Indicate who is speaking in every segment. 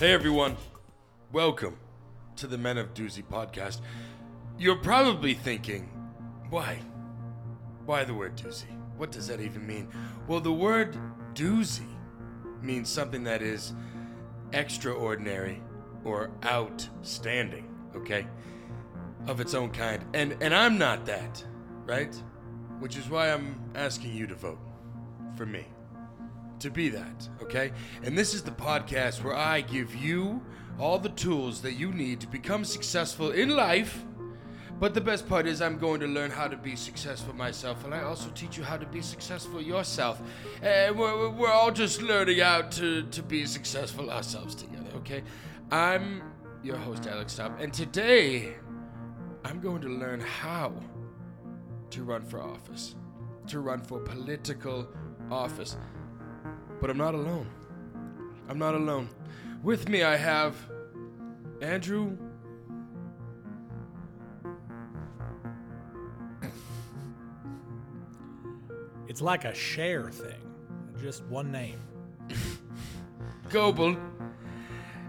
Speaker 1: Hey everyone, welcome to the Men of Doozy podcast. You're probably thinking, why? Why the word doozy? What does that even mean? Well, the word doozy means something that is extraordinary or outstanding, okay? Of its own kind. And and I'm not that, right? Which is why I'm asking you to vote for me to be that, okay? And this is the podcast where I give you all the tools that you need to become successful in life. But the best part is, I'm going to learn how to be successful myself, and I also teach you how to be successful yourself. And we're, we're- we're all just learning how to, to be successful ourselves together, okay? I'm your host, Alex Staub, and today I'm going to learn how to run for office, to run for political office. But I'm not alone. I'm not alone. With me, I have Andrew.
Speaker 2: It's like a share thing, just one name.
Speaker 1: Goebel,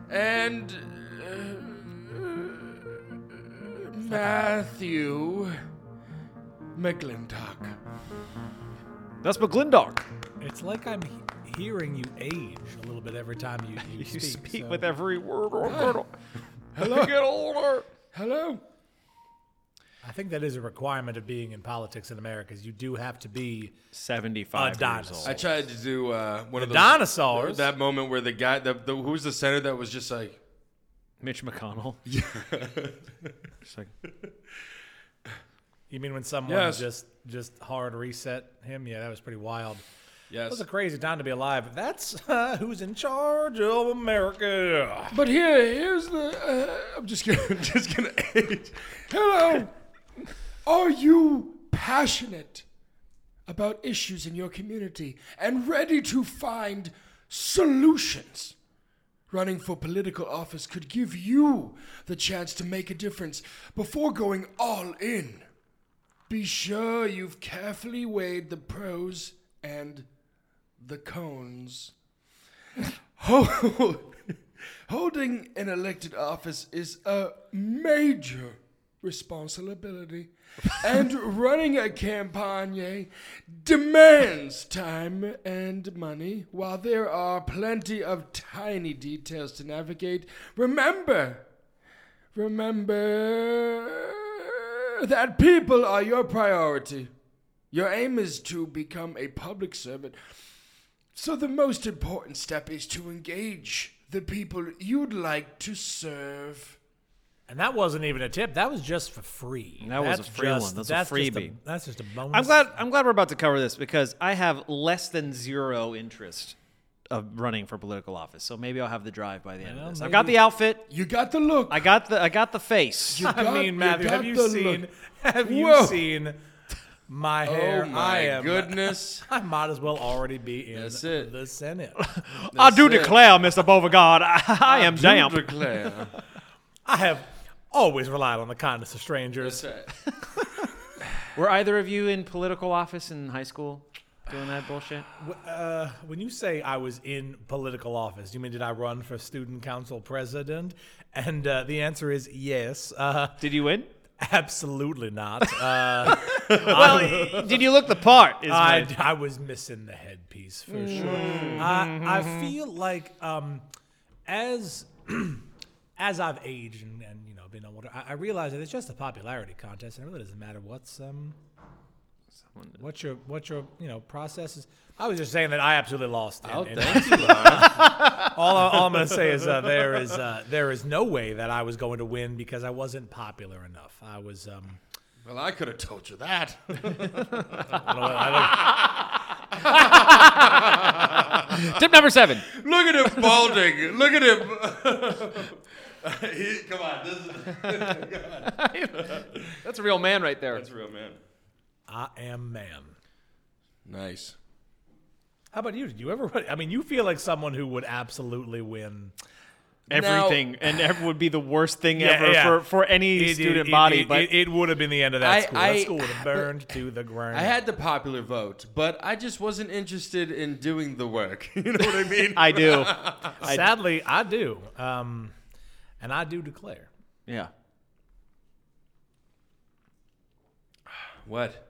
Speaker 1: and uh, Matthew McClintock.
Speaker 3: That's McGlindock.
Speaker 2: It's like I'm he- hearing you age a little bit every time you, you,
Speaker 3: You speak,
Speaker 2: so-
Speaker 3: with every word or word.
Speaker 1: Hello.
Speaker 3: Get older.
Speaker 1: Hello.
Speaker 2: I think that is a requirement of being in politics in America. Is you do have to be
Speaker 3: 75
Speaker 2: A
Speaker 3: years
Speaker 2: dinosaur.
Speaker 1: I
Speaker 3: old.
Speaker 1: tried to do uh, one of those,
Speaker 2: dinosaurs?
Speaker 1: That moment where the guy, the, the who was the senator that was just like,
Speaker 3: Mitch McConnell. Just like,
Speaker 2: You mean when someone
Speaker 1: Yes.
Speaker 2: just just hard reset him? Yeah, that was pretty wild. It
Speaker 1: yes.
Speaker 2: was a crazy time to be alive. That's uh, who's in charge of America.
Speaker 1: But here, here's the. Uh, I'm just gonna, just gonna age. Hello. Are you passionate about issues in your community and ready to find solutions? Running for political office could give you the chance to make a difference before going all in. Be sure you've carefully weighed the pros and the cons. Ho- Holding an elected office is a major responsibility, and running a campaign demands time and money. While there are plenty of tiny details to navigate, remember, remember that people are your priority. Your aim is to become a public servant so the most important step is to engage the people you'd like to serve.
Speaker 2: And that wasn't even a tip. That was just for free.
Speaker 3: That was a free one. That's a
Speaker 2: just
Speaker 3: freebie.
Speaker 2: that's just a bonus.
Speaker 3: I'm glad. I'm glad we're about to cover this because I have less than zero interest of running for political office. So maybe I'll have the drive by the end
Speaker 2: Well,
Speaker 3: of this. I've got
Speaker 2: maybe-
Speaker 3: the outfit.
Speaker 1: You got the look.
Speaker 3: I got the. I got the face.
Speaker 1: You got-
Speaker 2: I mean, Matthew,
Speaker 1: got
Speaker 2: have you
Speaker 1: the
Speaker 2: seen?
Speaker 1: look.
Speaker 2: Have you
Speaker 1: Whoa.
Speaker 2: seen my hair?
Speaker 1: Oh my
Speaker 2: I am.
Speaker 1: goodness!
Speaker 2: I might as well already be in
Speaker 1: That's it.
Speaker 2: the Senate.
Speaker 3: I do
Speaker 1: That's it.
Speaker 3: declare, Mr. Beauregard, I, I am damp.
Speaker 1: You declare.
Speaker 2: I have always relied on the kindness of strangers.
Speaker 3: Were either of you in political office in high school doing that bullshit?
Speaker 2: W- Uh, when you say I was in political office, you mean did I run for student council president? And uh, the answer is yes. Uh,
Speaker 3: Did you win?
Speaker 2: absolutely not. Uh,
Speaker 3: Well, Oh, did you look the part? Is my-
Speaker 2: I, I was missing the headpiece for sure. I, I feel like um, as as I've aged and, and you know been older, I, I realize that it's just a popularity contest, and it really doesn't matter what's um what your what your you know processes. I was just saying that I absolutely lost. in-
Speaker 1: Oh,
Speaker 2: in-
Speaker 1: thank you, Laura.
Speaker 2: all, I- all I'm going to say is uh, there is uh, there is no way that I was going to win because I wasn't popular enough. I was. Um,
Speaker 1: Well, I could have told you that.
Speaker 2: I don't know, I don't-
Speaker 3: Tip number seven.
Speaker 1: Look at him balding. Look at him. He- come on, this is
Speaker 3: That's a real man right there.
Speaker 1: that's a real man.
Speaker 2: I am man.
Speaker 1: Nice.
Speaker 2: How about you? Did you ever? I mean, you feel like someone who would absolutely win
Speaker 3: everything, and ever would be the worst thing
Speaker 2: Yeah,
Speaker 3: ever
Speaker 2: yeah.
Speaker 3: for, for any
Speaker 2: It- it-
Speaker 3: student
Speaker 2: it-
Speaker 3: body.
Speaker 2: it-
Speaker 3: but
Speaker 2: it, it would have been the end of that
Speaker 1: I-
Speaker 2: school.
Speaker 1: I-
Speaker 2: that school would have burned to the ground.
Speaker 1: I had the popular vote, but I just wasn't interested in doing the work. You know what I mean?
Speaker 3: I do.
Speaker 2: Sadly, I do, um, and I do declare.
Speaker 3: Yeah.
Speaker 1: what?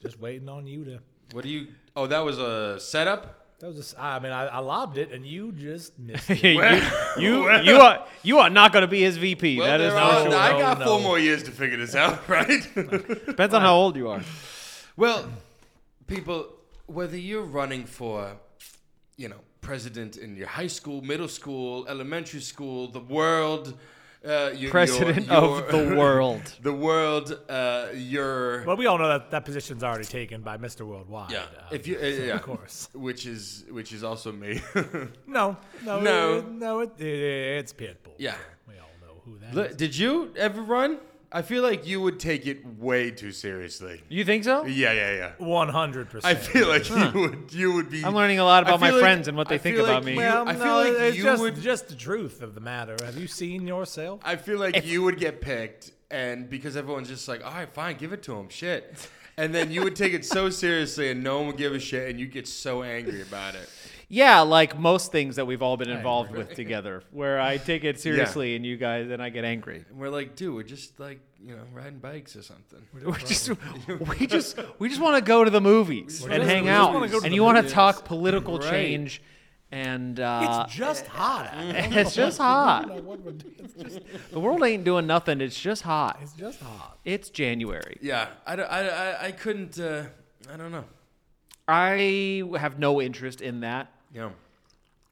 Speaker 2: Just waiting on you to.
Speaker 1: What do you? Oh, that was a setup.
Speaker 2: That was just, I mean, I, I lobbed it, and you just missed it.
Speaker 3: you, you, you are you are not going to be his VP.
Speaker 1: Well,
Speaker 3: that is
Speaker 1: there
Speaker 3: not
Speaker 1: are-
Speaker 2: sure.
Speaker 1: I
Speaker 2: No,
Speaker 1: got four
Speaker 2: no.
Speaker 1: more years to figure this out, right?
Speaker 3: Depends on how old you are.
Speaker 1: Well, people, whether you're running for, you know, president in your high school, middle school, elementary school, the world, uh, your,
Speaker 3: President
Speaker 1: your, your,
Speaker 3: of the world.
Speaker 1: the world, uh, your
Speaker 2: Well, we all know that that position's already taken by Mr. Worldwide.
Speaker 1: yeah,
Speaker 2: uh,
Speaker 1: if you uh, yeah,
Speaker 2: of course.
Speaker 1: which is which is also me.
Speaker 2: No, no,
Speaker 1: No.
Speaker 2: no, it, no it, it, it's Pitbull.
Speaker 1: Yeah.
Speaker 2: we all know who that is.
Speaker 1: Look, Did you ever run? I feel like you would take it way too seriously.
Speaker 3: You think so?
Speaker 1: Yeah, yeah, yeah.
Speaker 2: One hundred
Speaker 1: I
Speaker 2: percent.
Speaker 1: feel like you would you would be.
Speaker 3: I'm learning a lot
Speaker 1: I
Speaker 3: about my
Speaker 1: feel like-
Speaker 3: friends and what they
Speaker 1: I
Speaker 3: think
Speaker 1: feel
Speaker 3: about
Speaker 1: like
Speaker 3: me.
Speaker 1: you-
Speaker 2: Well,
Speaker 1: I feel
Speaker 2: no,
Speaker 1: like
Speaker 2: it's
Speaker 1: you
Speaker 2: just,
Speaker 1: would-
Speaker 2: just the truth of the matter. Have you seen yourself?
Speaker 1: I feel like you would get picked, and because everyone's just like, all right, fine, give it to him, shit. And then you would take it so seriously, and no one would give a shit, and you get so angry about it.
Speaker 3: Yeah, like most things that we've all been involved with together, where I take it seriously and you guys, and I get angry.
Speaker 1: And we're like, dude, we're just like, you know, riding bikes or something.
Speaker 3: We just, we just, we just want to go to the movies and
Speaker 2: just-
Speaker 3: hang
Speaker 2: we just
Speaker 3: out,
Speaker 2: wanna go to
Speaker 3: and
Speaker 2: the
Speaker 3: you want to
Speaker 1: movies.
Speaker 3: talk political
Speaker 1: Right.
Speaker 3: change, and uh,
Speaker 2: it's just hot. out. I don't
Speaker 3: it's
Speaker 2: know
Speaker 3: just
Speaker 2: what- I don't
Speaker 3: hot.
Speaker 2: know what we're doing. It's just-
Speaker 3: The world ain't doing nothing. It's just hot.
Speaker 2: it's just hot.
Speaker 3: It's January.
Speaker 1: Yeah, I, don't- I, I, I couldn't, uh, I don't know.
Speaker 3: I have no interest in that,
Speaker 1: Yeah.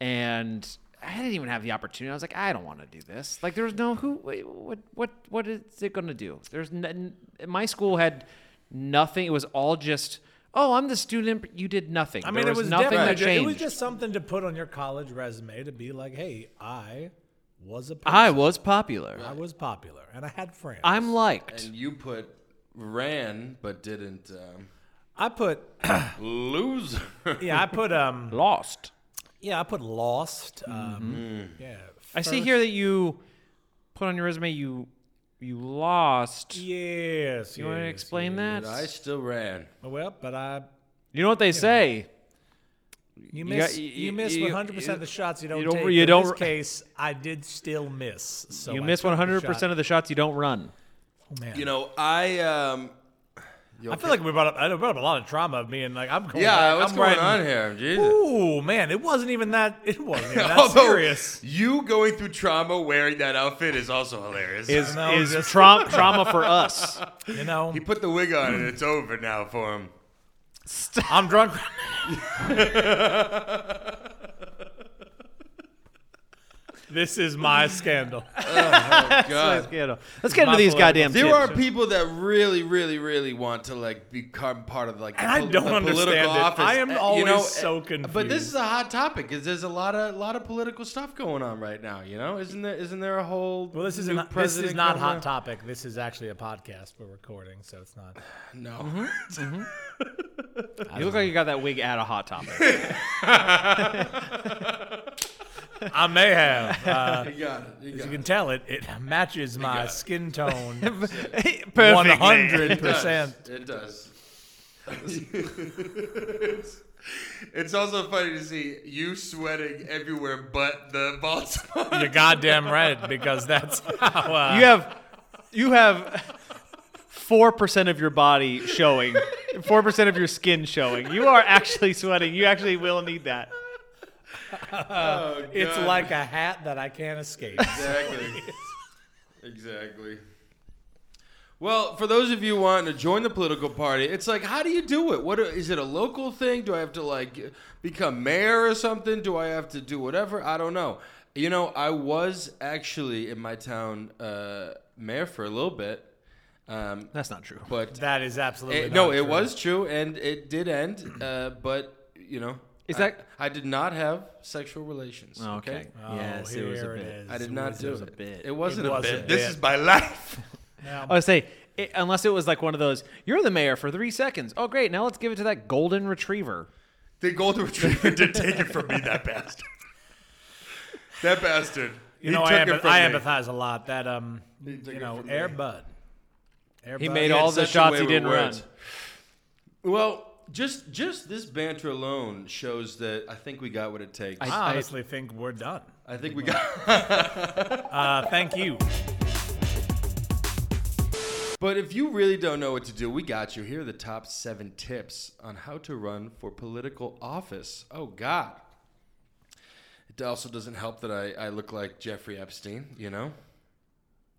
Speaker 3: and I didn't even have the opportunity. I was like, I don't want to do this. Like, there's no who, what, what, what is it gonna do? There's n- my school had nothing. It was all just, oh, I'm the student. but You did nothing.
Speaker 2: I mean,
Speaker 3: there
Speaker 2: it was
Speaker 3: nothing
Speaker 2: definitely
Speaker 3: that
Speaker 2: ju-
Speaker 3: changed.
Speaker 2: it was just something to put on your college resume to be like, hey, I was a person.
Speaker 3: I was popular.
Speaker 2: I was popular and I had friends.
Speaker 3: I'm liked.
Speaker 1: And you put ran, but didn't um,
Speaker 2: I put
Speaker 1: lose.
Speaker 2: yeah, I put um
Speaker 3: Lost.
Speaker 2: yeah, I put lost. Um, Yeah,
Speaker 3: I see here that you put on your resume you you lost. You
Speaker 2: yes. You
Speaker 3: want to explain that?
Speaker 1: but I still ran.
Speaker 2: Well, but I
Speaker 3: You know what they say.
Speaker 2: You miss,
Speaker 3: got-
Speaker 2: you,
Speaker 3: you- you-
Speaker 2: miss
Speaker 3: you-
Speaker 2: 100% of the shots you don't,
Speaker 3: don't-
Speaker 2: take.
Speaker 3: you
Speaker 2: In
Speaker 3: don't-
Speaker 2: this case, I did still miss. So
Speaker 3: you
Speaker 2: I
Speaker 3: miss
Speaker 2: took the
Speaker 3: 100%
Speaker 2: shot.
Speaker 3: of the shots you don't run.
Speaker 2: Oh, man.
Speaker 1: You know, I, um,
Speaker 2: I feel like we brought up, I brought up a lot of trauma of being like, I'm going
Speaker 1: yeah,
Speaker 2: back,
Speaker 1: what's
Speaker 2: I'm
Speaker 1: going
Speaker 2: writing-
Speaker 1: on here? Jesus.
Speaker 2: Ooh, man, it wasn't even that, it wasn't even that
Speaker 1: Although,
Speaker 2: serious.
Speaker 1: You going through trauma wearing that outfit is also hilarious.
Speaker 3: Is
Speaker 2: No,
Speaker 3: is
Speaker 2: just-
Speaker 3: trauma trauma for us?
Speaker 2: You know,
Speaker 1: he put the wig on and it's over now for him.
Speaker 2: I'm drunk. this is my scandal.
Speaker 3: Let's
Speaker 1: God.
Speaker 3: get, let's get
Speaker 2: My
Speaker 3: into these
Speaker 2: political-
Speaker 3: goddamn.
Speaker 1: There
Speaker 3: tips.
Speaker 1: are people that really, really, really want to like become part of like the,
Speaker 2: And I
Speaker 1: pol-
Speaker 2: don't
Speaker 1: the political
Speaker 2: understand it.
Speaker 1: office.
Speaker 2: I am
Speaker 1: Uh,
Speaker 2: always
Speaker 1: you know,
Speaker 2: so
Speaker 1: uh, But
Speaker 2: confused.
Speaker 1: this is a hot topic because there's a lot of lot of political stuff going on right now. You know, isn't there? Isn't there a whole?
Speaker 2: Well, this is,
Speaker 1: new
Speaker 2: not, this
Speaker 1: president
Speaker 2: is not
Speaker 1: going
Speaker 2: Hot
Speaker 1: around?
Speaker 2: Topic. This is actually a podcast we're recording, so it's not.
Speaker 1: No.
Speaker 2: Mm-hmm.
Speaker 3: You look like you got that wig at a hot topic.
Speaker 2: I may have. Uh,
Speaker 1: You got it. You
Speaker 2: As
Speaker 1: got
Speaker 2: you
Speaker 1: it.
Speaker 2: can tell, it, it matches my skin tone
Speaker 3: Perfectly.
Speaker 2: 100%.
Speaker 1: It does. it's, it's also funny to see you sweating everywhere but the bald spot.
Speaker 2: You're goddamn right, because that's how. Uh,
Speaker 3: You have you have four percent of your body showing, four percent of your skin showing. You are actually sweating. You actually will need that.
Speaker 1: Oh,
Speaker 2: it's
Speaker 1: God.
Speaker 2: like a hat that I can't escape.
Speaker 1: Exactly. exactly. Well, for those of you wanting to join the political party, it's like, how do you do it? What are- is it a local thing? Do I have to like become mayor or something? Do I have to do whatever? I don't know. You know, I was actually in my town uh, mayor for a little bit, um,
Speaker 3: That's not true.
Speaker 1: but
Speaker 2: that is absolutely.
Speaker 1: It- no,
Speaker 2: not
Speaker 1: it
Speaker 2: true.
Speaker 1: was true, and it did end. Uh, but you know,
Speaker 3: Is
Speaker 1: I-
Speaker 3: that-
Speaker 1: I, did not have sexual relations. Okay.
Speaker 2: Oh,
Speaker 3: yes, it
Speaker 2: here
Speaker 3: was a
Speaker 2: it
Speaker 3: bit.
Speaker 2: is.
Speaker 1: I did
Speaker 2: It
Speaker 1: not
Speaker 2: was-
Speaker 1: do
Speaker 3: was
Speaker 1: it.
Speaker 3: a bit.
Speaker 1: It wasn't
Speaker 2: It
Speaker 1: a
Speaker 2: was a
Speaker 1: bit. This
Speaker 2: bit.
Speaker 1: is my life.
Speaker 2: Now,
Speaker 3: I would say, it, unless it was like one of those, you're the mayor for three seconds. Oh, great. Now let's give it to that golden retriever.
Speaker 1: The golden retriever did take it from me. That bastard. That bastard. He
Speaker 2: You know,
Speaker 1: took
Speaker 2: I,
Speaker 1: it
Speaker 2: empath-
Speaker 1: from
Speaker 2: I
Speaker 1: me.
Speaker 2: empathize a lot. That um,
Speaker 1: took
Speaker 2: you
Speaker 1: it
Speaker 2: know,
Speaker 1: from
Speaker 2: Air
Speaker 1: me.
Speaker 2: Bud. Air
Speaker 3: He
Speaker 2: Bud-
Speaker 3: made
Speaker 1: had
Speaker 3: all the
Speaker 1: such a
Speaker 3: shots
Speaker 1: way
Speaker 3: he
Speaker 1: with
Speaker 3: didn't run.
Speaker 1: words. Well, just just this banter alone shows that I think we got what it takes. I,
Speaker 2: I honestly think we're done.
Speaker 1: think we got.
Speaker 2: Uh, thank you.
Speaker 1: But if you really don't know what to do, we got you. Here are the top seven tips on how to run for political office. Oh God. It also doesn't help that I, I look like Jeffrey Epstein. You know.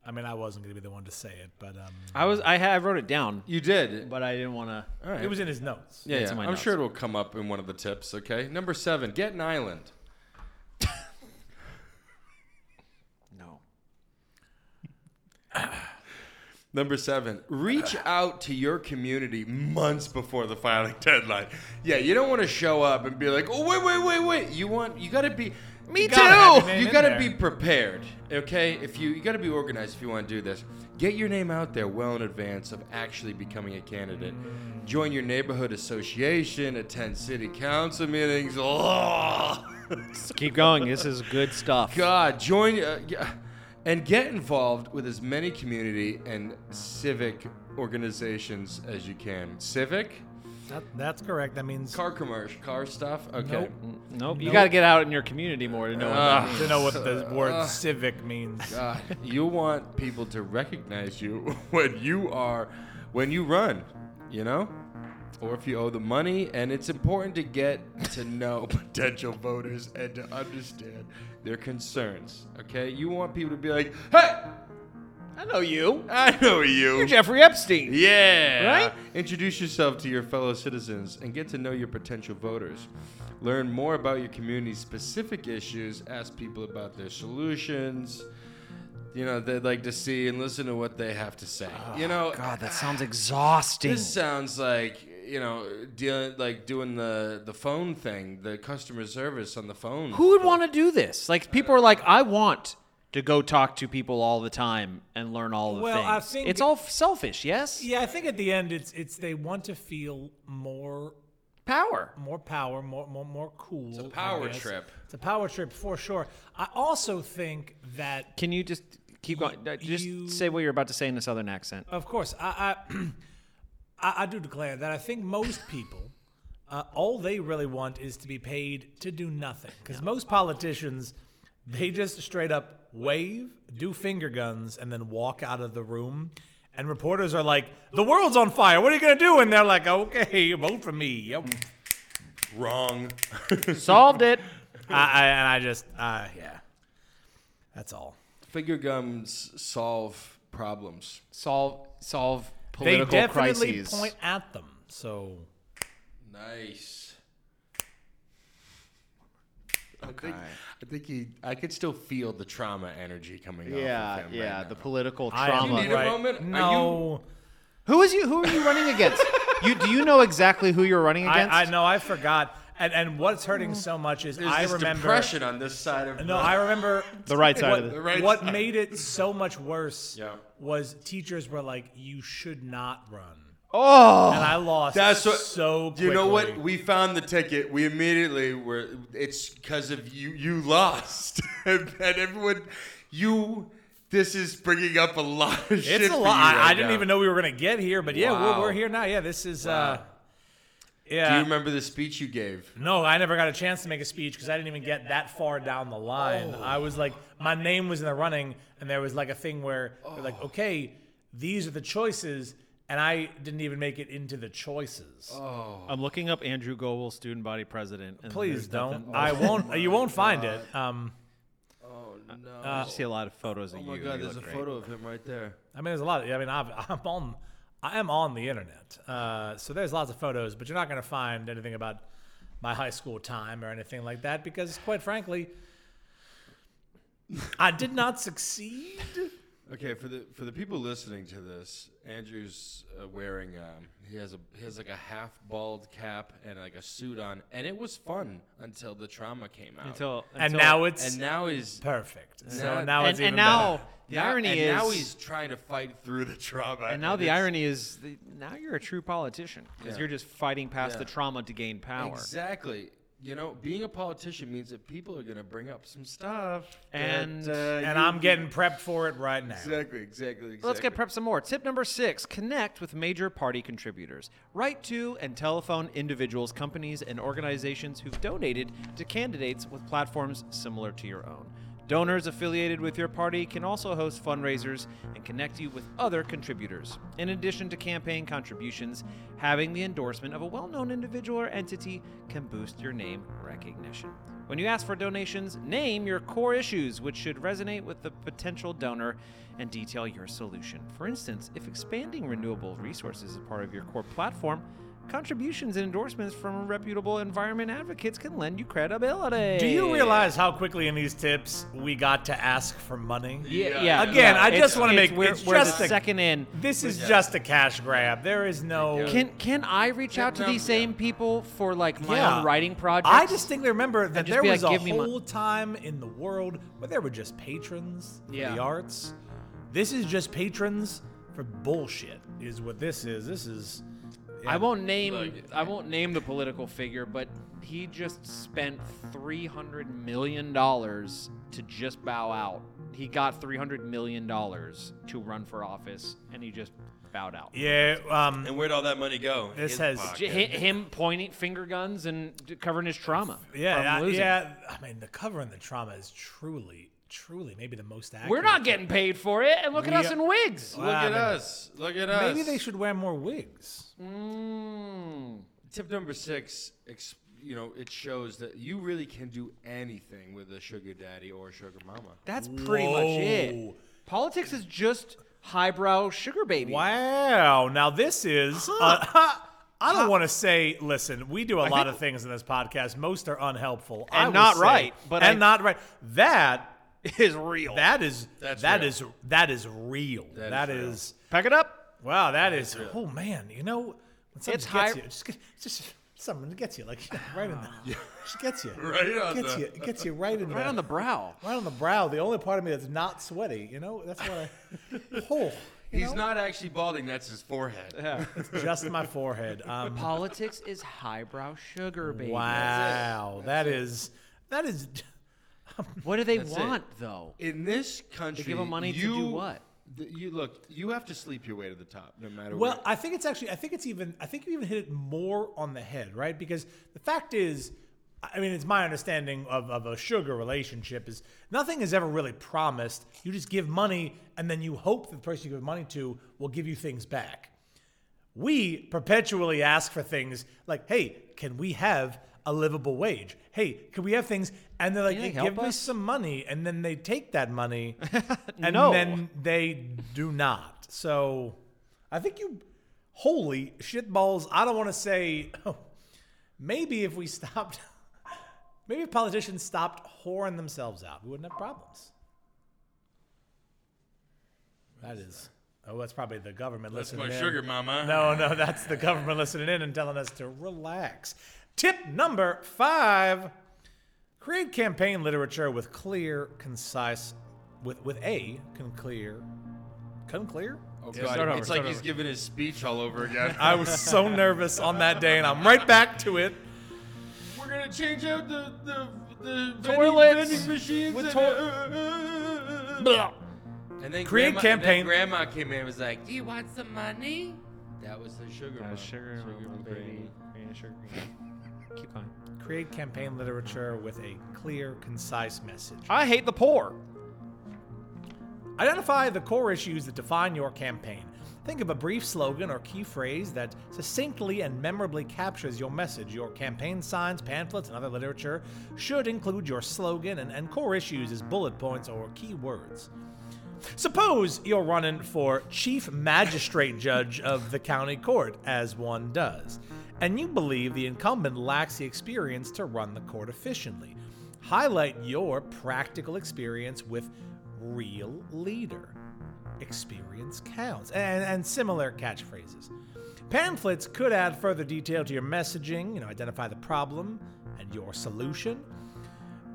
Speaker 2: I mean, I wasn't gonna be the one to say it, but um,
Speaker 3: I was I, ha- I wrote it down,
Speaker 1: You did.
Speaker 3: but I didn't want to.
Speaker 1: All right.
Speaker 2: it was in his notes.
Speaker 1: yeah,
Speaker 3: it's
Speaker 1: yeah.
Speaker 3: in my
Speaker 1: I'm
Speaker 3: notes.
Speaker 1: sure it'll come up in one of the tips. Okay. Number seven. Get an island.
Speaker 3: No.
Speaker 1: Number seven, reach out to your community months before the filing deadline. Yeah, you don't want to show up and be like, oh wait, wait, wait, wait. You want you gotta be me
Speaker 2: gotta have your
Speaker 1: too.
Speaker 2: name
Speaker 1: You
Speaker 2: in
Speaker 1: gotta
Speaker 2: there.
Speaker 1: be prepared. Okay? If you you gotta be organized if you wanna do this. Get your name out there well in advance of actually becoming a candidate. Join your neighborhood association, attend city council meetings. Oh.
Speaker 3: Just keep going. This is good stuff.
Speaker 1: God, join uh, g- and get involved with as many community and civic organizations as you can. Civic?
Speaker 2: That, that's correct. That means
Speaker 1: Car commercial, car stuff? Okay.
Speaker 2: Nope.
Speaker 3: Nope. You got to get out in your community more to know. what that
Speaker 1: Ah.
Speaker 3: means.
Speaker 2: to know what the word civic means.
Speaker 1: God, Uh, you want people to recognize you when you are, when you run, you know? Or if you owe the money, and it's important to get to know potential voters and to understand their concerns. Okay, you want people to be like, "Hey,
Speaker 3: I know you.
Speaker 1: I know you.
Speaker 3: You're Jeffrey Epstein.
Speaker 1: Yeah.
Speaker 3: Right?
Speaker 1: Introduce yourself to your fellow citizens and get to know your potential voters. Learn more about your community's specific issues. Ask people about their solutions. You know, they'd like to see and listen to what they have to say. you know,
Speaker 3: Oh, God, that sounds exhausting.
Speaker 1: this sounds like you know, dealing like doing the the phone thing, the customer service on the phone.
Speaker 3: Who would want to do this? Like people are like, I want to go talk to people all the time and learn all the
Speaker 2: Well,
Speaker 3: things.
Speaker 2: I think-
Speaker 3: it's all selfish. Yes.
Speaker 2: Yeah, I think at the end, it's it's they want to feel more
Speaker 3: Power.
Speaker 2: more power, more more more cool. It's
Speaker 1: a power trip.
Speaker 2: It's a power trip for sure. I also think that
Speaker 3: Can you just keep going? Uh, Just
Speaker 2: you-
Speaker 3: say what you're about to say in a southern accent.
Speaker 2: Of course, I I, I, I do declare that I think most people, uh, all they really want is to be paid to do nothing. Because most politicians, they just straight up wave, do finger guns, and then walk out of the room. And reporters are like, "The world's on fire. What are you gonna do?" And they're like, "Okay, vote for me." Yep.
Speaker 1: Wrong.
Speaker 3: Solved it.
Speaker 2: I, I and I just uh, yeah, that's all.
Speaker 1: Finger gums solve problems.
Speaker 3: Solve solve political
Speaker 2: they definitely
Speaker 3: crises. Oh,
Speaker 2: point at them. So
Speaker 1: Nice. Okay. I think, I think he. I could still feel the trauma energy coming off
Speaker 3: yeah,
Speaker 1: of him.
Speaker 3: yeah,
Speaker 1: Right
Speaker 3: the
Speaker 1: now.
Speaker 3: political
Speaker 2: I am
Speaker 1: You need
Speaker 3: trauma.
Speaker 1: a
Speaker 2: right-
Speaker 1: moment? Are you-
Speaker 2: No.
Speaker 3: Who is you? Who are you running against? you do you know exactly who you're running against?
Speaker 2: I, I know I forgot. And and what's hurting so much is
Speaker 1: There's
Speaker 2: I
Speaker 1: this
Speaker 2: remember
Speaker 1: depression on this side of. the-
Speaker 2: No, I remember
Speaker 3: The right side
Speaker 2: what,
Speaker 3: of it. The
Speaker 1: right
Speaker 2: what
Speaker 1: side.
Speaker 2: made it so much worse
Speaker 1: Yeah.
Speaker 2: was teachers were like, You should not run.
Speaker 3: oh,
Speaker 2: And I lost
Speaker 1: That's what.
Speaker 2: so
Speaker 1: You know what?
Speaker 2: quickly.
Speaker 1: We found the ticket. We immediately were. It's because of you. You lost, and everyone. You. This is bringing up a lot of shit.
Speaker 2: It's a
Speaker 1: for you
Speaker 2: lot. I,
Speaker 1: right
Speaker 2: I didn't
Speaker 1: now.
Speaker 2: even know we were gonna get here, but yeah,
Speaker 1: Wow.
Speaker 2: we're, we're here now. Yeah, this is uh
Speaker 1: Do
Speaker 2: yeah.
Speaker 1: you remember the speech you gave?
Speaker 2: No, I never got a chance to make a speech because I didn't even get that far down the line. I was like, my name was in the running, and there was like a thing where they're
Speaker 3: Oh.
Speaker 2: like, okay, these are the choices, and I didn't even make it into the choices.
Speaker 3: Oh, I'm looking up Andrew Goble, student body president. and
Speaker 2: Please
Speaker 3: there's
Speaker 2: don't.
Speaker 3: nothing- Oh
Speaker 2: I won't. You won't find it. Um,
Speaker 1: Oh no!
Speaker 2: Uh,
Speaker 3: I see a lot of photos of
Speaker 1: oh
Speaker 3: you.
Speaker 1: my
Speaker 3: and
Speaker 1: God!
Speaker 3: you
Speaker 1: There's a
Speaker 3: look great.
Speaker 1: photo of him right there.
Speaker 2: I mean, there's a lot. Of, I mean, I've, I'm on. I am on the internet, uh, so there's lots of photos, but you're not going to find anything about my high school time or anything like that because, quite frankly, I did not succeed.
Speaker 1: Okay, for the for the people listening to this, Andrew's uh, wearing um, he has a he has like a half bald cap and like a suit on, and it was fun until the trauma came out.
Speaker 3: Until,
Speaker 2: and
Speaker 3: until-
Speaker 2: now it's
Speaker 1: and now he's
Speaker 2: perfect. So
Speaker 1: Now-
Speaker 2: now,
Speaker 3: and,
Speaker 2: it's
Speaker 3: and
Speaker 2: even
Speaker 3: now
Speaker 2: better.
Speaker 3: the
Speaker 1: now-
Speaker 3: irony
Speaker 1: and
Speaker 3: is
Speaker 1: now he's trying to fight through the trauma.
Speaker 3: and now the
Speaker 1: it's-
Speaker 3: irony is the, now you're a true politician because
Speaker 1: Yeah.
Speaker 3: you're just fighting past
Speaker 1: Yeah.
Speaker 3: the trauma to gain power.
Speaker 1: exactly. you know, being a politician means that people are going to bring up some stuff.
Speaker 3: And-
Speaker 1: that, uh,
Speaker 2: And
Speaker 1: you-
Speaker 2: I'm getting prepped for it right now.
Speaker 1: Exactly, exactly, exactly.
Speaker 3: Let's get prep some more. Tip number six connect with major party contributors. Write to and telephone individuals, companies, and organizations who've donated to candidates with platforms similar to your own. Donors affiliated with your party can also host fundraisers and connect you with other contributors. In addition to campaign contributions, having the endorsement of a well known individual or entity can boost your name recognition. When you ask for donations, name your core issues, which should resonate with the potential donor, and detail your solution. For instance, if expanding renewable resources is part of your core platform, contributions and endorsements from reputable environment advocates can lend you credibility.
Speaker 2: Do you realize how quickly in these tips we got to ask for money?
Speaker 3: Yeah.
Speaker 1: Yeah.
Speaker 2: Again, I
Speaker 3: It's-
Speaker 2: just want to
Speaker 3: it's-
Speaker 2: make
Speaker 3: we're,
Speaker 2: it's
Speaker 3: we're
Speaker 2: just
Speaker 3: the
Speaker 2: a-
Speaker 3: second in.
Speaker 2: This is just a cash grab. There is no.
Speaker 3: Can can I reach out to
Speaker 1: Yeah.
Speaker 3: these same people for like my
Speaker 2: Yeah.
Speaker 3: own writing projects?
Speaker 2: I distinctly remember that
Speaker 3: And just
Speaker 2: there
Speaker 3: be
Speaker 2: was
Speaker 3: like,
Speaker 2: a
Speaker 3: "Give me mon-
Speaker 2: whole time in the world where there were just patrons for
Speaker 3: Yeah.
Speaker 2: the arts. This is just patrons for bullshit. Is what this is. This is.
Speaker 3: I won't name
Speaker 1: Look,
Speaker 3: I won't name the political figure, but he just spent three hundred million dollars to just bow out. He got three hundred million dollars to run for office, and he just bowed out.
Speaker 2: Yeah. Um.
Speaker 1: And where'd all that money go?
Speaker 2: This
Speaker 1: His
Speaker 2: has-
Speaker 1: pocket.
Speaker 3: J- hi- Him pointing finger guns and d- covering his trauma. from
Speaker 2: Yeah. I,
Speaker 3: losing.
Speaker 2: yeah. I mean, the cover and the trauma is truly, truly maybe the most accurate.
Speaker 3: We're not getting paid for it, and look at
Speaker 2: We-
Speaker 3: us in wigs.
Speaker 1: Look at us. Look at us.
Speaker 2: Maybe they should wear more wigs.
Speaker 3: Mm.
Speaker 1: Tip number six, ex- you know, it shows that you really can do anything with a sugar daddy or a sugar mama.
Speaker 3: That's pretty much it.
Speaker 2: Whoa.
Speaker 3: Politics is just highbrow sugar baby.
Speaker 2: Wow. Now this is. uh, I don't want to say. Listen, we do a lot of things in this podcast. Most are unhelpful I
Speaker 3: And
Speaker 2: will
Speaker 3: not
Speaker 2: say.
Speaker 3: right, but
Speaker 2: and
Speaker 3: I-
Speaker 2: not right. That
Speaker 3: Is real.
Speaker 2: that is
Speaker 1: That's
Speaker 2: that
Speaker 1: real.
Speaker 2: is that is real.
Speaker 1: That
Speaker 2: that
Speaker 1: is
Speaker 2: is,
Speaker 1: real.
Speaker 3: Pack it up.
Speaker 2: wow. that is. Oh man, you know when something
Speaker 3: It's
Speaker 2: gets
Speaker 3: high-
Speaker 2: you, it just get- it's just something that gets you like right in the just gets you
Speaker 1: Right on
Speaker 2: gets
Speaker 1: the-
Speaker 2: you it gets you right in
Speaker 3: Right on the brow.
Speaker 2: right on the brow. The only part of me that's not sweaty, you know, that's why. I, oh, you
Speaker 1: He's
Speaker 2: know?
Speaker 1: not actually balding, that's his forehead.
Speaker 2: just my forehead. Um,
Speaker 3: Politics is highbrow sugar, baby.
Speaker 2: wow, that is that is.
Speaker 3: What do they
Speaker 1: That's it.
Speaker 3: want, though?
Speaker 1: In this country,
Speaker 3: give 'em money to
Speaker 1: you,
Speaker 3: do what?
Speaker 1: th- you look, you have to sleep your way to the top no matter
Speaker 2: Well,
Speaker 1: what.
Speaker 2: I think it's actually. I think it's even. I think you even hit it more on the head, right? Because the fact is, I mean, it's my understanding of of a sugar relationship is nothing is ever really promised. You just give money, and then you hope that the person you give money to will give you things back. we perpetually ask for things like, hey, can we have a livable wage? Hey, can we have things? And they're like,
Speaker 3: you
Speaker 2: hey,
Speaker 3: think help
Speaker 2: give me
Speaker 3: us?
Speaker 2: some money. And then they take that money and
Speaker 3: No.
Speaker 2: then they do not. So I think you, holy shit balls. I don't want to say, oh, maybe if we stopped, maybe if politicians stopped whoring themselves out, we wouldn't have problems. That is, oh, that's probably the government
Speaker 1: That's
Speaker 2: listening.
Speaker 1: my
Speaker 2: in.
Speaker 1: sugar mama.
Speaker 2: No, no, that's the government listening in and telling us to relax. Tip number five create campaign literature with clear, concise, with, with a can clear, can clear?
Speaker 1: Oh,
Speaker 3: Yeah,
Speaker 1: God.
Speaker 3: start over,
Speaker 1: it's
Speaker 3: start
Speaker 1: like he's
Speaker 3: over.
Speaker 1: giving his speech all over again.
Speaker 2: I was so nervous on that day, and I'm right back to it.
Speaker 1: We're going to change out the, the, the vending-
Speaker 3: Toilets
Speaker 1: vending machines.
Speaker 3: with
Speaker 1: and,
Speaker 3: to-
Speaker 1: uh, uh, uh, uh. and then
Speaker 2: Create
Speaker 1: grandma,
Speaker 2: campaign-
Speaker 1: And then grandma came in and was like, Do you want some money? That was the sugar mama. baby.
Speaker 3: Keep going.
Speaker 2: Create campaign literature with a clear, concise message.
Speaker 3: I hate the poor.
Speaker 2: Identify the core issues that define your campaign. Think of a brief slogan or key phrase that succinctly and memorably captures your message. Your campaign signs, pamphlets, and other literature should include your slogan and, and core issues as bullet points or key words. Suppose you're running for chief magistrate judge of the county court, as one does, and you believe the incumbent lacks the experience to run the court efficiently. Highlight your practical experience with real leader. Experience counts, and, and similar catchphrases. Pamphlets could add further detail to your messaging, you know, identify the problem and your solution.